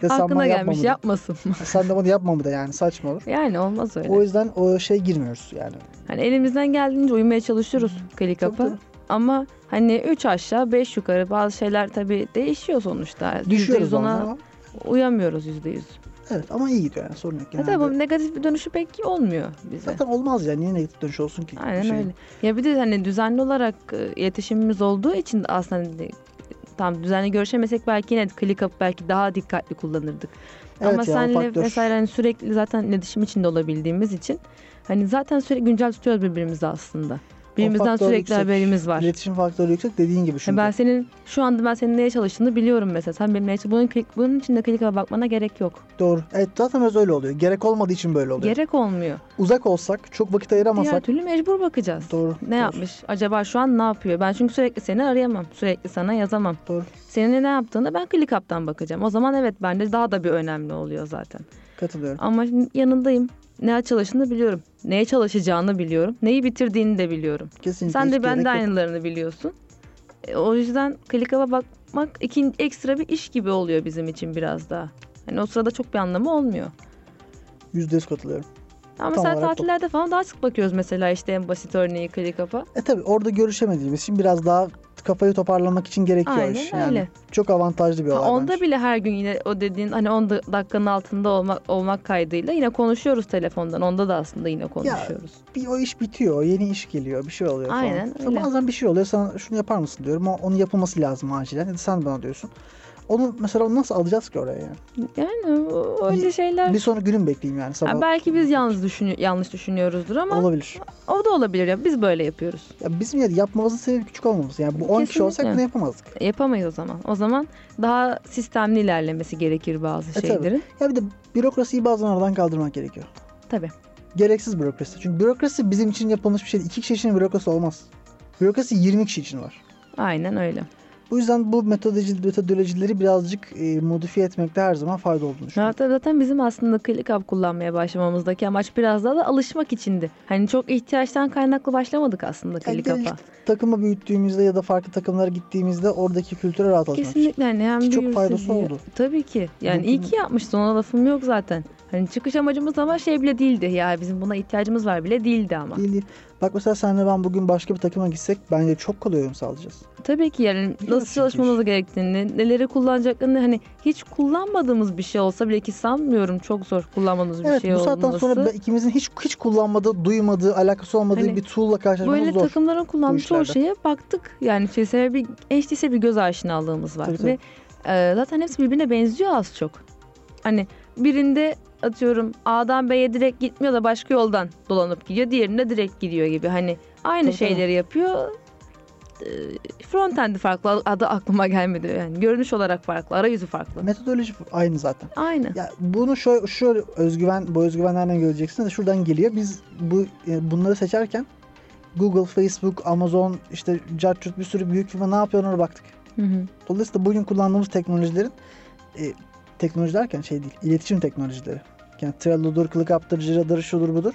sen bana yapma Aklına gelmiş mı yap. yapmasın. Sen de bana yapma mı da yani saçma olur. *laughs* yani olmaz öyle. O yüzden o şey girmiyoruz yani. Hani elimizden geldiğince uymaya çalışıyoruz klik Tabii, apa. tabii. Ama hani 3 aşağı 5 yukarı bazı şeyler tabii değişiyor sonuçta. Düşüyoruz %100 ona. ona ama- uyamıyoruz %100. Evet ama iyi gidiyor yani sorun yok. Hatta genelde. E, bu negatif bir dönüşü pek olmuyor bize. Zaten olmaz yani niye negatif dönüş olsun ki? Aynen Şey- öyle. Ya bir de hani düzenli olarak e, iletişimimiz olduğu için aslında hani tam düzenli görüşemesek belki yine klik up belki daha dikkatli kullanırdık. Evet Ama ya, o senle faktör. vesaire hani sürekli zaten iletişim içinde olabildiğimiz için hani zaten sürekli güncel tutuyoruz birbirimizi aslında. O Birbirimizden faktör sürekli yüksek. haberimiz var. İletişim faktörü yüksek dediğin gibi Ya çünkü. Ben senin şu anda ben senin neye çalıştığını biliyorum mesela. Sen benim neye bunun klik, bunun için de klik'e bakmana gerek yok. Doğru. Evet zaten biraz öyle oluyor. Gerek olmadığı için böyle oluyor. Gerek olmuyor. Uzak olsak, çok vakit Diğer ayıramazsak türlü mecbur bakacağız. Doğru. Ne doğru. yapmış? Acaba şu an ne yapıyor? Ben çünkü sürekli seni arayamam. Sürekli sana yazamam. Doğru. Senin ne yaptığını ben ClickUp'tan bakacağım. O zaman evet bende daha da bir önemli oluyor zaten. Katılıyorum. Ama şimdi yanındayım. Ne çalıştığını biliyorum. Neye çalışacağını biliyorum. Neyi bitirdiğini de biliyorum. Kesinlikle. Sen de hiç ben gerek de yok. aynılarını biliyorsun. E, o yüzden ClickUp'a bakmak ikin, ekstra bir iş gibi oluyor bizim için biraz daha. Hani o sırada çok bir anlamı olmuyor. Yüzde yüz katılıyorum. Ama Tam mesela olarak tatillerde falan daha sık bakıyoruz mesela işte en basit örneği ClickUp'a. E tabi orada görüşemediğimiz için biraz daha kafayı toparlamak için gerekiyor Aynen iş. öyle. Çok avantajlı bir Ha, olay. onda bence. bile her gün yine o dediğin hani 10 da- dakikanın altında olmak, olmak kaydıyla yine konuşuyoruz telefondan. Onda da aslında yine konuşuyoruz. bir o iş bitiyor, yeni iş geliyor, bir şey oluyor falan. Aynen Sonra öyle. Bazen bir şey oluyor, sana şunu yapar mısın diyorum, o- onun yapılması lazım acilen. Ya da sen E, bana diyorsun. Onu mesela onu nasıl alacağız ki oraya yani? Yani o- öyle şeyler. Bir sonra günün bekleyeyim yani sabah Yani belki biz yalnız düşünü yanlış düşünüyoruzdur ama olabilir. o da olabilir ya. Biz böyle yapıyoruz. Ya bizim ya yapmamızın sebebi küçük olmamız. Yani bu 10 kişi olsak Kesinlikle. bunu yapamazdık. E, Yapamayız o zaman. O zaman daha sistemli ilerlemesi gerekir bazı E, tabii. şeylerin. Ya bir de bürokrasiyi bazen aradan kaldırmak gerekiyor. Tabii. Gereksiz bürokrasi. Çünkü bürokrasi bizim için yapılmış bir şey. değil. İki kişi için bürokrasi olmaz. Bürokrasi 20 kişi için var. Aynen öyle. Bu yüzden bu metodoloji, metodolojileri birazcık e, modifiye etmekte her zaman fayda olduğunu düşünüyorum. Zaten, zaten bizim aslında klinik app kullanmaya başlamamızdaki amaç biraz daha da alışmak içindi. Hani çok ihtiyaçtan kaynaklı başlamadık aslında Yani klinik app'a. Takımı büyüttüğümüzde ya da farklı takımlara gittiğimizde oradaki kültüre rahat alışmak için. Kesinlikle hani hem Ki çok büyürsün faydası diye. oldu. Tabii ki. Yani iyi ki yapmışsın ona lafım yok zaten. Hani çıkış amacımız ama şey bile değildi ya bizim buna ihtiyacımız var bile değildi ama. Değil, değil. Bak mesela senle ben bugün başka bir takıma gitsek bence çok kolay uyum sağlayacağız. Tabii ki yani çünkü nasıl iş. çalışmamız gerektiğini, neleri kullanacaklarını hani hiç kullanmadığımız bir şey olsa bile ki sanmıyorum çok zor kullanmadığımız bir evet şey bu olması. saatten sonra ben- ikimizin hiç hiç kullanmadığı, duymadığı, alakası olmadığı Hani bir tool'la karşılaşmamız Böyle zor. takımların bu kullandığı işlerde. çoğu şeye baktık. Yani şey sebebi bir eşliyse bir göz aşinalığımız var. Tabii, Ve e, zaten hepsi birbirine benziyor az çok. Hani birinde atıyorum A'dan B'ye direkt gitmiyor da başka yoldan dolanıp gidiyor. Diğerinde direkt gidiyor gibi. Hani aynı Tabii, tabii. şeyleri yapıyor. E, Frontend'i farklı adı aklıma gelmedi. Yani görünüş olarak farklı, arayüzü farklı. Metodoloji aynı zaten. Aynı. Ya bunu şöyle, şöyle özgüven, bu özgüven nereden göreceksin de şuradan geliyor. Biz bu e, bunları seçerken Google, Facebook, Amazon, işte Carchut bir sürü büyük firma ne yapıyor ona baktık. Hı hı. Dolayısıyla bugün kullandığımız teknolojilerin e, teknoloji derken şey değil, iletişim teknolojileri. Yani Trello'dur, ClickUp'tır, Jira'dır, şudur budur.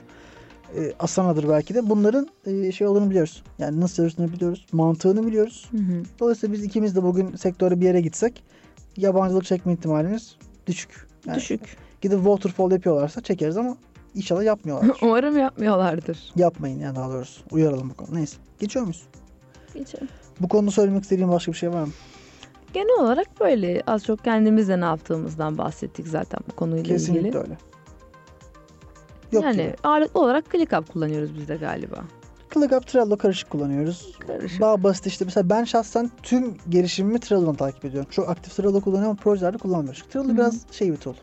E, Asana'dır belki de. Bunların e, şey olduğunu biliyoruz. Yani nasıl çalıştığını biliyoruz. Mantığını biliyoruz. Hı hı. Dolayısıyla biz ikimiz de bugün sektöre bir yere gitsek yabancılık çekme ihtimalimiz düşük. Yani Düşük. Gidip waterfall yapıyorlarsa çekeriz ama inşallah *laughs* yapmıyorlar. Umarım yapmıyorlardır. Yapmayın yani daha doğrusu. Uyaralım bu konuda. Neyse. Geçiyor muyuz? Geçelim. Bu konuda söylemek istediğim başka bir şey var mı? Genel olarak böyle az çok kendimizle ne yaptığımızdan bahsettik zaten bu konuyla Kesinlikle ilgili. öyle. Yok yani gibi. ağırlıklı olarak ClickUp kullanıyoruz biz de galiba. ClickUp Trello karışık kullanıyoruz. Karışık. Daha basit işte. Mesela ben şahsen tüm gelişimimi Trello'dan takip ediyorum. Çok aktif Trello kullanıyorum ama projelerde kullanmıyoruz. Trello Hı hı. biraz şey bir tool.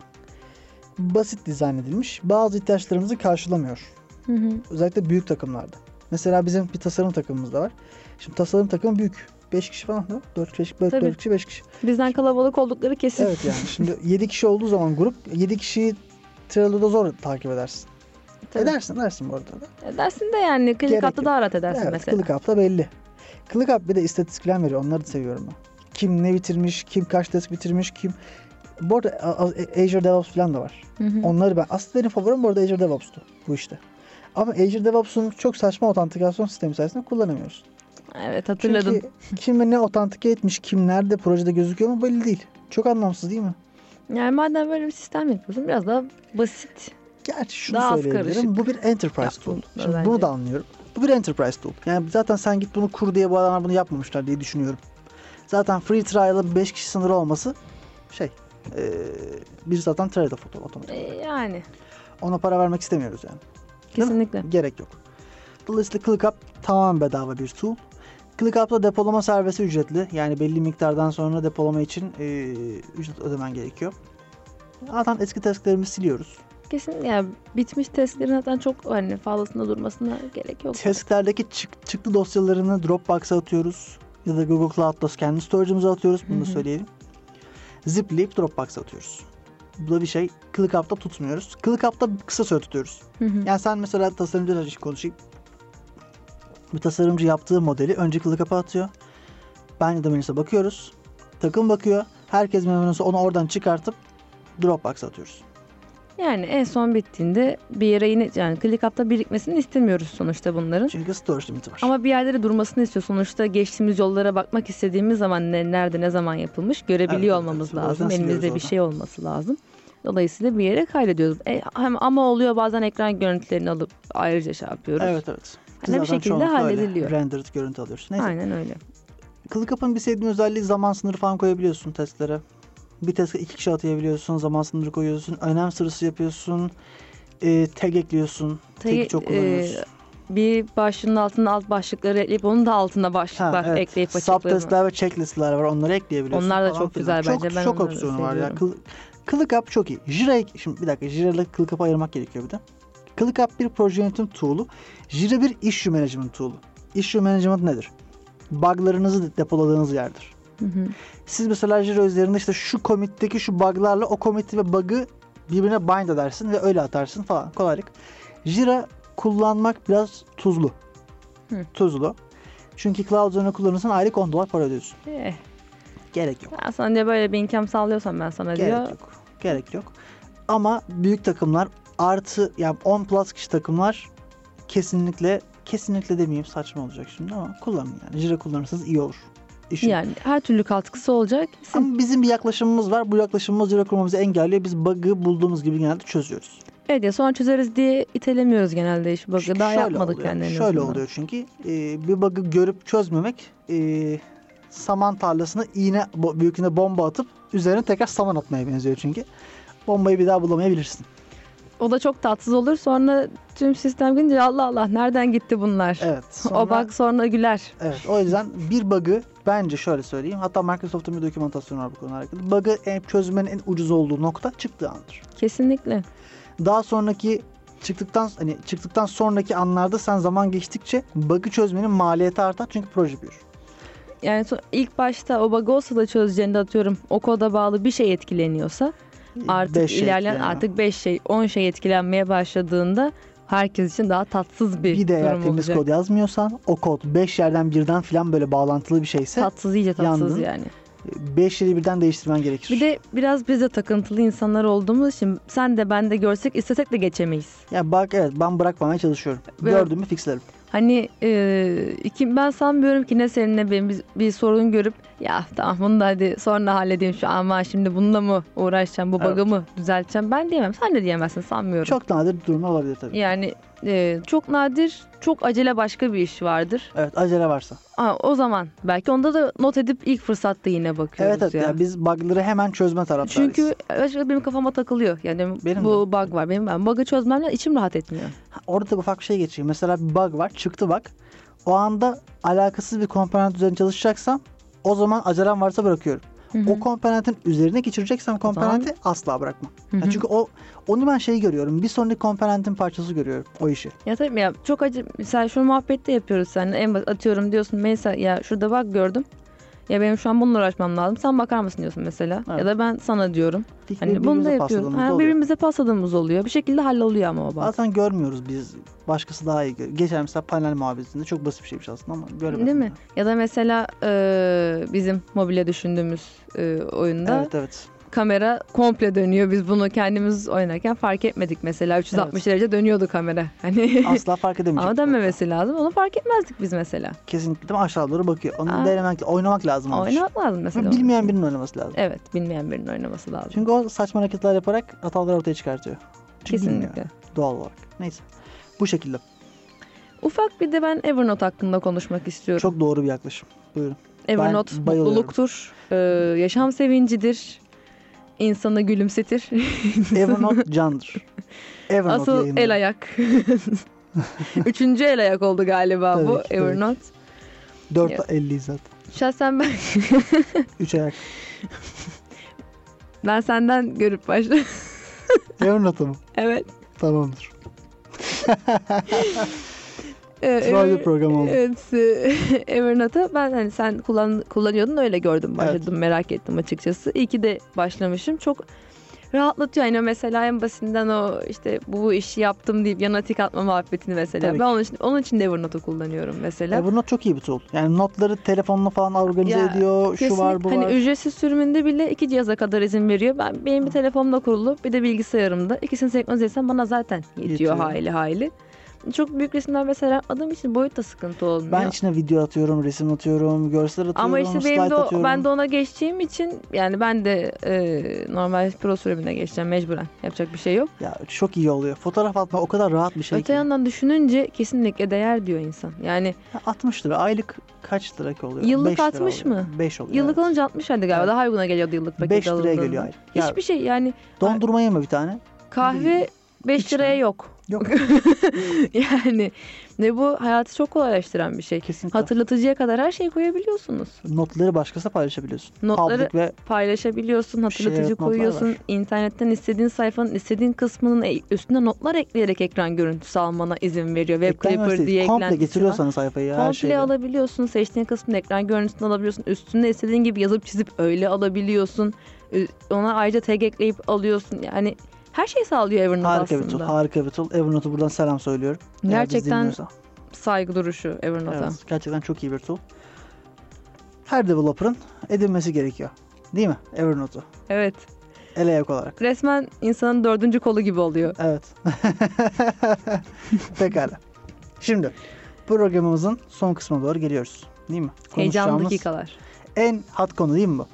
Basit dizayn edilmiş. Bazı ihtiyaçlarımızı karşılamıyor. Hı hı. Özellikle büyük takımlarda. Mesela bizim bir tasarım takımımız da var. Şimdi tasarım takımı büyük. 5 kişi falan da 4 kişi, 4, Tabii. kişi, 5 kişi. Bizden kalabalık oldukları kesin. Evet yani *laughs* şimdi 7 kişi olduğu zaman grup 7 kişiyi Trello'da zor takip edersin. E, Tabii. Edersin, edersin bu arada da. Edersin E, de yani Gerek ClickUp'ta yok. daha rahat edersin evet, mesela. ClickUp da belli. ClickUp bir de istatistikler veriyor. Onları da seviyorum ben. Kim ne bitirmiş, kim kaç test bitirmiş, kim... Bu arada A- A- Azure DevOps falan da var. Hı hı. Onları ben... Aslında benim favorim bu arada Azure DevOps'tu bu işte. Ama Azure DevOps'un çok saçma otantikasyon sistemi sayesinde kullanamıyoruz. Evet Çünkü hatırladım. kim ne otantik etmiş, kim nerede projede gözüküyor mu belli değil. Çok anlamsız değil mi? Yani madem böyle bir sistem yapıyorsun biraz daha basit. Gerçi şunu Daha az söyleyebilirim. karışık. Bu bir enterprise Yaptım tool. da Şimdi bence. bunu da anlıyorum. Bu bir enterprise tool. Yani zaten sen git bunu kur diye bu adamlar bunu yapmamışlar diye düşünüyorum. Zaten free trial'ın 5 kişi sınırı olması şey eee bir zaten trade off otomatik. E, yani Ona para vermek istemiyoruz yani. mi? kesinlikle. Gerek yok. Dolayısıyla ClickUp tamamen bedava bir tool. ClickUp'ta depolama servisi ücretli. Yani belli miktardan sonra depolama için eee, ücret ödemen gerekiyor. Zaten eski testlerimizi siliyoruz. Kesin yani bitmiş testlerin zaten çok hani fazlasında durmasına gerek yok. Testlerdeki çık- çıktı dosyalarını Dropbox'a atıyoruz. Ya da Google Cloud'da kendi storage'ımıza atıyoruz. Bunu da söyleyelim. Zipleyip Dropbox'a atıyoruz. Bu da bir şey. ClickUp'ta tutmuyoruz. ClickUp'ta kısa süre tutuyoruz. Hı hı. Yani sen mesela tasarımcı için konuşayım. Bir tasarımcı yaptığı modeli önce ClickUp'a atıyor. Ben ya da Melis'e bakıyoruz. Takım bakıyor. Herkes memnunsa onu oradan çıkartıp Dropbox'a atıyoruz. Yani en son bittiğinde bir yere yine yani ClickUp'ta birikmesini istemiyoruz sonuçta bunların. Çünkü storage limiti var. Ama bir yerlere durmasını istiyor. Sonuçta geçtiğimiz yollara bakmak istediğimiz zaman ne, nerede ne zaman yapılmış Evet, evet, görebiliyor olmamız evet. O yüzden lazım. siliyoruz Elimizde bir oradan. şey olması lazım. Dolayısıyla bir yere kaydediyoruz. E, hem- ama oluyor bazen ekran görüntülerini alıp ayrıca şey yapıyoruz. Evet evet. Hani bir Zaten şekilde çoğunlukla öyle. hallediliyor. Rendered görüntü alıyoruz. Neyse. Aynen öyle. ClickUp'ın bir sevdiğim özelliği zaman sınırı falan koyabiliyorsun testlere. Bir teste iki kişi atayabiliyorsun, zaman sınırı koyuyorsun, önem sırası yapıyorsun, e, tag ekliyorsun, tag'i Tag'i, çok kullanıyorsun. e, bir başlığın altına alt başlıkları ekleyip onun da altına Ha, başlıklar evet. ekleyip açıklarını. Subtestler ve checklistler var. Onları ekleyebiliyorsun. Onlar da falan çok filan. güzel çok, bence. Ben çok onları da opsiyonu var ya. seviyorum. Kıl, ClickUp çok iyi. Jira ek- şimdi bir dakika Jira'yla ClickUp'ı ayırmak gerekiyor bir de. ClickUp bir proje yönetim tool'u. Jira bir issue management tool'u. Issue management nedir? Bug'larınızı depoladığınız yerdir. Hı hı. Siz mesela Jira üzerinde işte şu commit'teki şu bug'larla o commit ve bug'ı birbirine bind edersin ve öyle atarsın falan. Kolaylık. Jira kullanmak biraz tuzlu. Hı. Tuzlu. Çünkü cloud üzerine kullanırsan aylık 10 dolar para ödüyorsun. Eh, Gerek yok. ben sana diyor böyle bir imkan sağlıyorsam ben sana diyor. Gerek yok. Gerek yok. Ama büyük takımlar artı yani 10 plus kişi takımlar kesinlikle kesinlikle demeyeyim saçma olacak şimdi ama kullanın yani. Jira kullanırsanız iyi olur. İşin. Yani her türlü katkısı olacak. Sim- Ama bizim bir yaklaşımımız var. Bu yaklaşımımız Jira kurmamızı engelliyor. Biz bug'ı bulduğumuz gibi genelde çözüyoruz. Evet ya sonra çözeriz diye itelemiyoruz genelde iş bakı. Daha Şöyle yapmadık oluyor. yani en Şöyle azından. oluyor çünkü e, bir bug'ı görüp çözmemek e, saman tarlasına iğne bo- büyüklüğünde bomba atıp üzerine tekrar saman atmaya benziyor çünkü. Bombayı bir daha bulamayabilirsin. O da çok tatsız olur. Sonra tüm sistem gidince Allah Allah nereden gitti bunlar? Evet. *laughs* O bak sonra güler. Evet o yüzden bir bug'ı bence şöyle söyleyeyim. Hatta Microsoft'un bir dokümantasyonu var bu konu hakkında. Bug'ı en, çözmenin en ucuz olduğu nokta çıktığı andır. Kesinlikle. Daha sonraki çıktıktan hani çıktıktan sonraki anlarda sen zaman geçtikçe bug'ı çözmenin maliyeti artar çünkü proje büyür. Yani so- ilk başta o bug olsa da çözeceğinde atıyorum o koda bağlı bir şey etkileniyorsa artık Beş şey ilerleyen etkileniyor. artık 5 şey 10 şey etkilenmeye başladığında herkes için daha tatsız bir, bir de eğer durum temiz olacak. kod yazmıyorsan o kod 5 yerden birden filan böyle bağlantılı bir şeyse Tatsız iyice tatsız Yandın. yani. 5 yeri birden değiştirmen gerekir. Bir de biraz biz de takıntılı insanlar olduğumuz için sen de ben de görsek istesek de geçemeyiz. ya bak evet ben bırakmamaya çalışıyorum. Ve- Gördüm mü fixlerim. Hani e, kim ben sanmıyorum ki ne senin ne benim biz- bir sorun görüp ya tamam bunu da hadi sonra halledeyim şu ama şimdi bununla mı uğraşacağım bu Evet. bug'ı mı düzelteceğim ben diyemem sen de diyemezsin sanmıyorum. Çok nadir bir durum olabilir tabii. Yani e, çok nadir çok acele başka bir iş vardır. Evet acele varsa. Aa, o zaman belki onda da not edip ilk fırsatta yine bakıyoruz Evet evet ya. ya. biz bug'ları hemen çözme taraftarıyız. Çünkü açıkçası benim kafama takılıyor. Yani Benim bu bug var. Benim ben bug'ı çözmemle içim rahat etmiyor. Orada ufak bir şey geçeyim. Mesela bir bug var. Çıktı bug. O anda alakasız bir komponent üzerine çalışacaksam o zaman acelem varsa bırakıyorum. O komponentin üzerine geçireceksem komponenti asla bırakmam. Yani Hı hı. çünkü o onu ben şey görüyorum. Bir sonraki komponentin parçası görüyorum o işi. Ya tabii ya çok acı. Mesela şu muhabbette yapıyoruz seninle. En bas- atıyorum diyorsun mesela ya şurada bak gördüm. Ya benim şu an bununla uğraşmam lazım. Sen bakar mısın diyorsun mesela. Evet. Ya da ben sana diyorum. Dik- Hani bunu birbirimize da yapıyoruz. pasladığımız Ha, oluyor. birbirimize pasladığımız oluyor. Bir şekilde halloluyor ama o bak. Bazen görmüyoruz biz. Başkası daha iyi görüyor. Geçen mesela panel muhabbetinde çok basit bir şeymiş aslında ama göremedim. Değil mi? ben. Ya da mesela e, bizim mobilya düşündüğümüz e, oyunda Evet *laughs* evet. kamera komple dönüyor. Biz bunu kendimiz oynarken fark etmedik mesela. 360 derece dönüyordu kamera. Hani Asla fark edemeyecek. *laughs* ama dönmemesi lazım. Onu fark etmezdik biz mesela. Kesinlikle değil mi? aşağı doğru bakıyor. Onu Aa. denemek, oynamak lazım. onun için. Oynamak lazım mesela. onun Bilmeyen için. birinin oynaması lazım. Evet bilmeyen birinin oynaması lazım. Çünkü o saçma hareketler yaparak hataları ortaya çıkartıyor. Çünkü bilmiyor Kesinlikle. doğal olarak. Neyse. Bu şekilde. Ufak bir de ben Evernote hakkında konuşmak istiyorum. Çok doğru bir yaklaşım. Buyurun. Evernote ben bayılıyorum. mutluluktur, e, yaşam sevincidir, insanı gülümsetir. *laughs* Evernote candır. Evernote Asıl yayınları. el ayak. *laughs* Üçüncü el ayak oldu galiba Tabii bu ki, tabii Evernote. 4.50 zaten. Şahsen ben 3 ayak. ben senden görüp başladım. Evernote mı? *laughs* evet. Tamamdır. E, Radyo Ever- programı oldu. Evet, e, *laughs* Evernote'ı ben hani sen kullan, kullanıyordun öyle gördüm başladım merak ettim açıkçası. İyi ki de başlamışım. Çok rahatlatıyor. Yani mesela en basitinden o işte bu işi yaptım deyip yana tik atma muhabbetini mesela. Tabii E, ben onun için, onun için de Evernote'u kullanıyorum mesela. Evernote çok iyi bir tool. Yani notları telefonla falan organize Ya, ediyor. Şu var Kesinlikle. bu hani var. ücretsiz sürümünde bile iki cihaza kadar izin veriyor. Ben benim bir telefonda kurulu bir de bilgisayarımda. İkisini senkronize etsem bana zaten yetiyor, Yetiyor. hayli hayli. Çok büyük resimler mesela yapmadığım için boyut da sıkıntı olmuyor. ben içine video atıyorum, resim atıyorum, görsel atıyorum, Ama işte slide benim de o, atıyorum. ben de ona geçtiğim için yani ben de e, normal pro sürümüne geçeceğim mecburen. Yapacak bir şey yok. Ya çok iyi oluyor. Fotoğraf atma o kadar rahat bir şey Öte ki. yandan düşününce kesinlikle değer diyor insan. Yani Ya 60 lira. Aylık kaç lira ki oluyor? Yıllık 5 lira 60 oluyor. mı? 5 oluyor. yıllık evet. alınca 60 hadi galiba Evet. daha uyguna geliyordu yıllık paket 5 liraya alındığında. geliyor aylık. Ya Hiçbir şey yani dondurma yeme bir tane. kahve 5 Üç liraya tane. yok. *laughs* Yok. yani ve bu hayatı çok kolaylaştıran bir şey. Kesinlikle. Hatırlatıcıya kadar her şeyi koyabiliyorsunuz. Notları başkasına paylaşabiliyorsun. Notları- Public ve Paylaşabiliyorsun, Shared hatırlatıcı şey notlar koyuyorsun. var. İnternetten istediğin sayfanın istediğin kısmının e- üstüne notlar ekleyerek ekran görüntüsü almana izin veriyor. Web ekran Clipper görseli. diye komple eklentisi var. getiriyorsanız sayfayı her Komple şeyi. alabiliyorsun. Seçtiğin kısmını ekran görüntüsünü alabiliyorsun. Üstünde istediğin gibi yazıp çizip öyle alabiliyorsun. Ü- Ona ayrıca tag ekleyip alıyorsun. Yani her şey sağlıyor Evernote Harika bir tool. aslında. Harika bir tool. Evernote'a buradan selam söylüyorum. Eğer bizi Gerçekten dinliyorsa. saygı duruşu Evernote'a. Evet, gerçekten çok iyi bir tool. Her developer'ın edinmesi gerekiyor. Değil mi? Evernote'u. evet. Ele ayak olarak. Resmen insanın dördüncü kolu gibi oluyor. Evet. *laughs* Pekala. Şimdi programımızın son kısmına doğru geliyoruz. Değil mi? Heyecanlı Konuşacağımız dakikalar. En hot konu değil mi bu?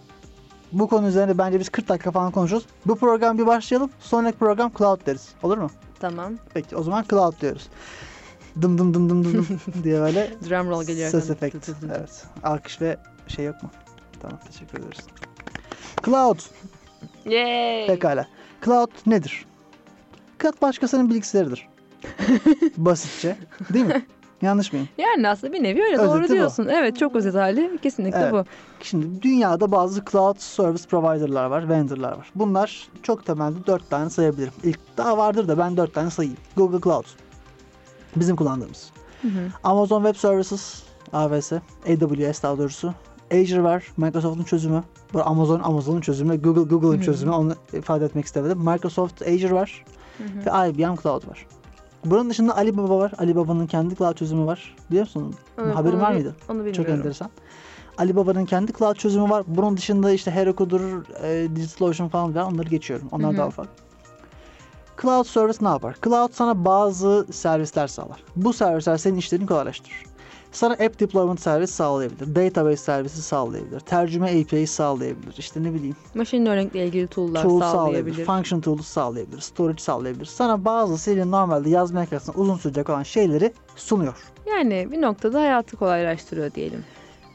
Bu konu üzerine bence biz 40 dakika falan konuşuruz. Bu program bir başlayalım. Sonraki program cloud deriz. Olur mu? Tamam. Peki o zaman cloud diyoruz. Dım dım dım dım dım dım diye *laughs* böyle Drum roll geliyor. Ses arkadan. efekti. Evet. Alkış ve şey yok mu? Tamam teşekkür ederiz. Cloud. Yay! Pekala. Cloud nedir? Cloud başkasının bilgisayarıdır. Basitçe. Değil mi? Yanlış mıyım? Yani aslında bir nevi öyle Özeti doğru bu. diyorsun. Evet çok özet hali. Kesinlikle Evet. bu. Şimdi dünyada bazı cloud service provider'lar var, vendor'lar var. Bunlar çok temelde 4 tane sayabilirim. İlk daha vardır da ben 4 tane sayayım. Google Cloud. Bizim kullandığımız. hı. Amazon Web Services, AWS, AWS daha doğrusu. Azure var, Microsoft'un çözümü. Bu Amazon, Amazon'un çözümü, Google, Google'ın çözümü. Onu ifade etmek istemedim. Microsoft Azure var ve IBM Cloud var. Bunun dışında Alibaba var. Alibaba'nın kendi cloud çözümü var. Biliyor musun? Evet, Haberin onu var bil- mıydı? Onu bilmiyorum. Çok enteresan. Alibaba'nın kendi cloud çözümü var. Bunun dışında işte Heroku'dur, e, DigitalOcean falan var. Onları geçiyorum. Onlar Hı hı. daha ufak. Cloud service ne yapar? Cloud sana bazı servisler sağlar. Bu servisler senin işlerini kolaylaştırır. Sana app deployment servisi sağlayabilir. Database servisi sağlayabilir. Tercüme API sağlayabilir. İşte ne bileyim Machine learning ile ilgili tool'lar tool sağlayabilir. sağlayabilir. Function tool'u sağlayabilir. Storage sağlayabilir. Sana bazı senin normalde yazmak arasında uzun sürecek olan şeyleri sunuyor. Yani bir noktada hayatı kolaylaştırıyor diyelim.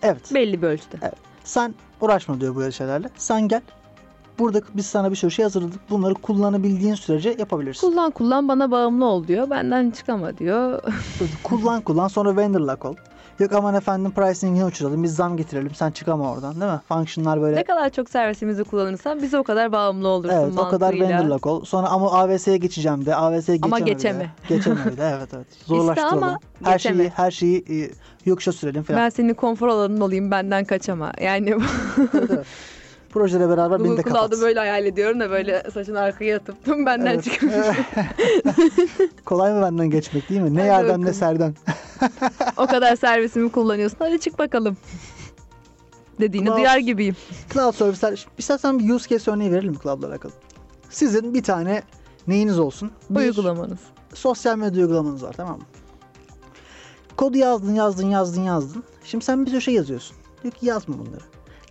Evet. Belli bir ölçüde. Sen uğraşma diyor böyle şeylerle. Sen gel. Burada biz sana bir sürü şey hazırladık. Bunları kullanabildiğin sürece yapabilirsin. Kullan kullan bana bağımlı ol diyor. Benden çıkama diyor. kullan kullan sonra vendor'la kol. Yok aman efendim pricing'ini uçuralım. Biz zam getirelim. Sen çıkama oradan değil mi? Function'lar ne böyle. kadar çok servisimizi kullanırsan bize o kadar bağımlı olursun Evet o kadar mantığıyla. vendor'la kol. Sonra ama AWS'ye geçeceğim de. AWS'ye geçeme. Ama bile. geçeme. *laughs* Geçeme bile, evet evet. Zorlaştıralım. ama her geçeme. şeyi her şeyi e, yokuşa sürelim falan. Ben senin konfor alanın olayım benden kaçama. Yani Evet, *laughs* evet. Projeyle beraber beni de Google kapat. Cloud'u böyle hayal ediyorum da böyle saçını arkaya atıp *laughs* benden Evet. çıkıyor. Kolay mı benden geçmek değil mi? Ne Hadi yerden ne bakalım. serden. o kadar servisimi kullanıyorsun. Hadi çık bakalım. Dediğini Cloud- duyar gibiyim. Cloud servisler. İstersen bir use case örneği verelim cloud'la alakalı. Sizin bir tane neyiniz olsun? Bir Uygulamanız. sosyal medya uygulamanız var tamam mı? Kodu yazdın, yazdın, yazdın, yazdın. Şimdi sen bir sürü şey yazıyorsun. Diyor ki yazma bunları.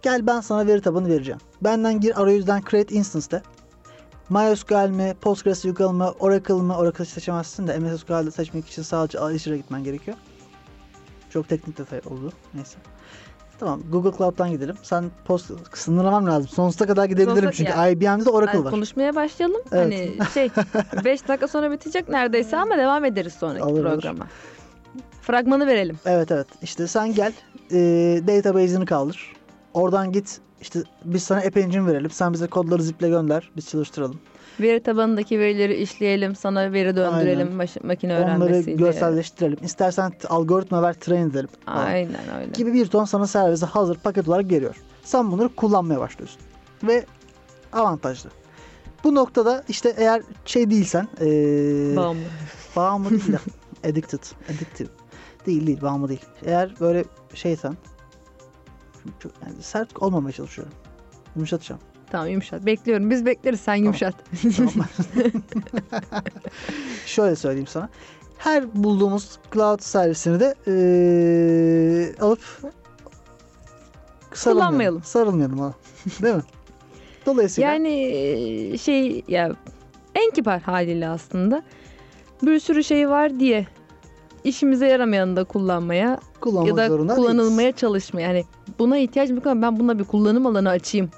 Gel ben sana veri tabanı vereceğim. Benden gir arayüzden create instance de. MySQL mi, PostgreSQL mi, Oracle mı? Oracle seçemezsin de MSSQL'de seçmek için sadece Azure'a gitmen gerekiyor. Çok teknik detay oldu. Neyse. Tamam Google Cloud'dan gidelim. Sen post sınırlamam lazım. Sonsuza kadar gidebilirim Sonsuza- çünkü yani- IBM'de de Oracle Hadi var. konuşmaya başlayalım. Evet. Hani *laughs* şey 5 dakika sonra bitecek neredeyse ama devam ederiz sonraki Olur, olur. programa. Fragmanı verelim. Evet evet. İşte sen gel e, database'ini kaldır. Oradan git işte biz sana App Engine verelim. Sen bize kodları ziple gönder. Biz çalıştıralım. Veri tabanındaki verileri işleyelim, sana veri döndürelim Aynen. maş- makine Onları öğrenmesiyle. görselleştirelim. İstersen t- algoritma ver train edelim. falan Aynen öyle. Gibi bir ton sana servise hazır paket olarak geliyor. Sen bunları kullanmaya başlıyorsun. Ve avantajlı. Bu noktada işte eğer şey değilsen e, Bağımlı. bağımlı *laughs* değil de addicted. Addictive. Değil değil bağımlı değil. Eğer böyle şeysen Şimdi çok- yani sert olmamaya çalışıyorum. *laughs* Yumuşatacağım. Tamam yumuşat. Bekliyorum. Biz bekleriz. Sen yumuşat. *laughs* Şöyle söyleyeyim sana. Her bulduğumuz cloud servisini de eee, alıp sarılmayalım. Kullanmayalım. Sarılmayalım ha. Değil mi? Dolayısıyla Yani e, şey ya en kibar haliyle aslında bir sürü şey var diye işimize yaramayanı da kullanmaya kullanmak ya da zorunda kullanılmaya değiliz. çalışmaya. Yani buna ihtiyaç mı kalmadı? Ben buna bir kullanım alanı açayım.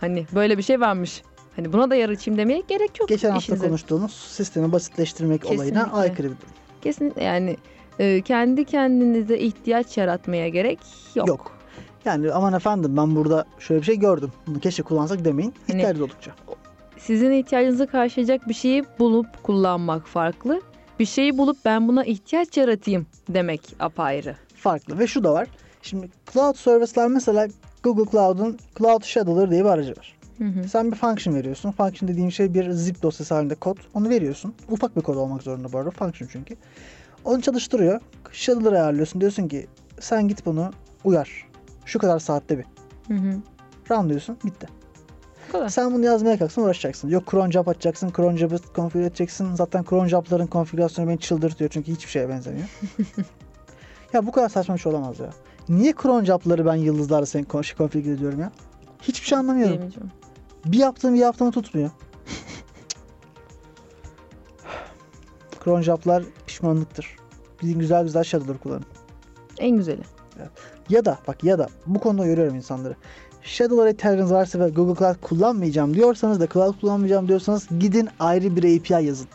Hani böyle bir şey varmış. Hani buna da yer açayım demeye gerek yok. Geçen hafta işinize. konuştuğumuz sistemi basitleştirmek olayına Kesinlikle. aykırı bir durum. Kesin yani e, kendi kendinize ihtiyaç yaratmaya gerek yok. Yok. Yani aman efendim ben burada şöyle bir şey gördüm. Bunu keşke kullansak demeyin. Hani- İhtiyacı oldukça. Sizin ihtiyacınızı karşılayacak bir şeyi bulup kullanmak farklı. Bir şeyi bulup ben buna ihtiyaç yaratayım demek apayrı. Farklı. Ve şu da var. Şimdi cloud servisler mesela Google Cloud'un Cloud Shadow'ları diye bir aracı var. Hı hı. Sen bir function veriyorsun. Function dediğin şey bir zip dosyası halinde kod. Onu veriyorsun. Ufak bir kod olmak zorunda bu arada. Function çünkü. Onu çalıştırıyor. Shadow'ları ayarlıyorsun. Diyorsun ki sen git bunu uyar. Şu kadar saatte bir. Hı hı. Run diyorsun. Bitti. Bu kadar. Sen bunu yazmaya kalksan uğraşacaksın. Yok cron job atacaksın. Cron job'ı konfigür edeceksin. Zaten cron job'ların konfigürasyonu beni çıldırtıyor. Çünkü hiçbir şeye benzemiyor. ya bu kadar saçma bir şey olamaz ya. Niye cron job'ları ben yıldızlarla seni kon- şey konfigür ediyorum ya? Hiçbir şey anlamıyorum. Diyemeyeceğim. Bir yaptığım bir yaptığımı tutmuyor. Kronjaplar pişmanlıktır. Bizim güzel güzel Shadow'ları kullanın. En güzeli. Ya da bak ya da bu konuda uyarıyorum insanları. Shadow'lara ihtiyacınız varsa ve Google Cloud kullanmayacağım diyorsanız da Cloud kullanmayacağım diyorsanız gidin ayrı bir API yazın.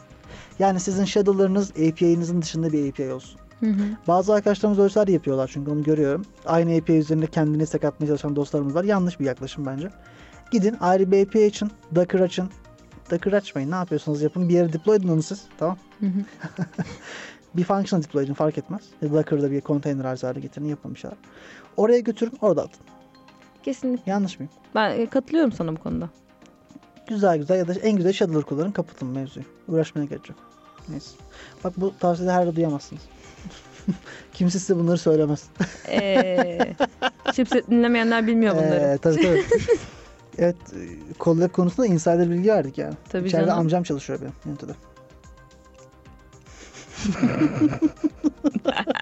Yani sizin Shadow'larınız API'nizin dışında bir API olsun. Hı hı. Bazı arkadaşlarımız öyle şeyler yapıyorlar çünkü onu görüyorum. Aynı API üzerinde kendini sakatmaya çalışan dostlarımız var. Yanlış bir yaklaşım bence. Gidin ayrı bir API açın. Docker açın. Docker açmayın. Ne yapıyorsunuz yapın. Bir yere deploy edin onu siz. Tamam. Hı hı. bir function deploy edin fark etmez. Ya da Docker'da bir konteyner arz hale getirin yapın bir şeyler. Oraya götürün orada atın. Kesinlikle. Yanlış mıyım? Ben e, katılıyorum sana bu *laughs* konuda. Güzel güzel ya da en güzel Shadow'ları kullanın kapatın mevzuyu. Uğraşmaya gerek yok. Neyse. Bak bu tavsiyede her yerde duyamazsınız. *laughs* Kimse size bunları söylemez. Ee, Chipset dinlemeyenler bilmiyor bunları. Ee, tabii tabii. *laughs* evet, e, collab konusunda insider bilgi verdik yani. Tabii İçeride canım. amcam çalışıyor benim yönetede. *laughs*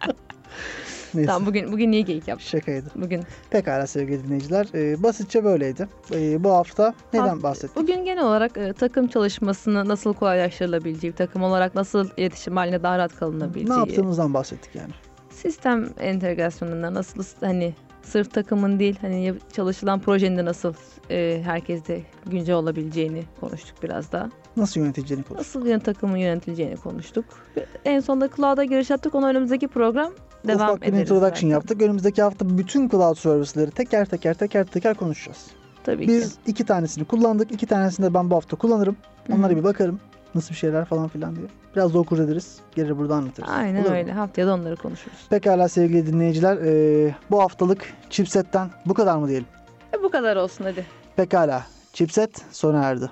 Neyse, Tamam bugün bugün niye geyik yaptın? şakaydı. Bugün Pekala sevgili dinleyiciler. e, basitçe böyleydi. E, bu hafta neden Haft- bahsettik? Bugün genel olarak e, takım çalışmasını nasıl kolaylaştırılabileceği, takım olarak nasıl iletişim haline daha rahat Ne kalınabileceği, yaptığımızdan bahsettik yani. sistem entegrasyonunda nasıl hani sırf takımın değil hani yap- çalışılan projenin de nasıl e, herkeste güncel olabileceğini konuştuk biraz daha. Nasıl yöneticilerin konusu? Nasıl yön takımın yönetileceğini konuştuk. Ve En sonunda cloud'a giriş yaptık. Onun önümüzdeki program devam Ufak bir ederiz. introduction zaten. yaptık. Önümüzdeki hafta bütün cloud servisleri teker teker teker teker konuşacağız. Tabii ki. Biz iki tanesini kullandık. iki tanesini de ben bu hafta kullanırım. Hı hı. Onlara bir bakarım. Nasıl bir şeyler falan filan diye. Biraz da okur ederiz. Gelir burada anlatırız. Aynen Olur mu? öyle. Haftaya da onları konuşuruz. Pekala sevgili dinleyiciler. ee, bu haftalık Chipset'ten bu kadar mı diyelim? E, bu kadar olsun hadi. Pekala. Chipset sona erdi.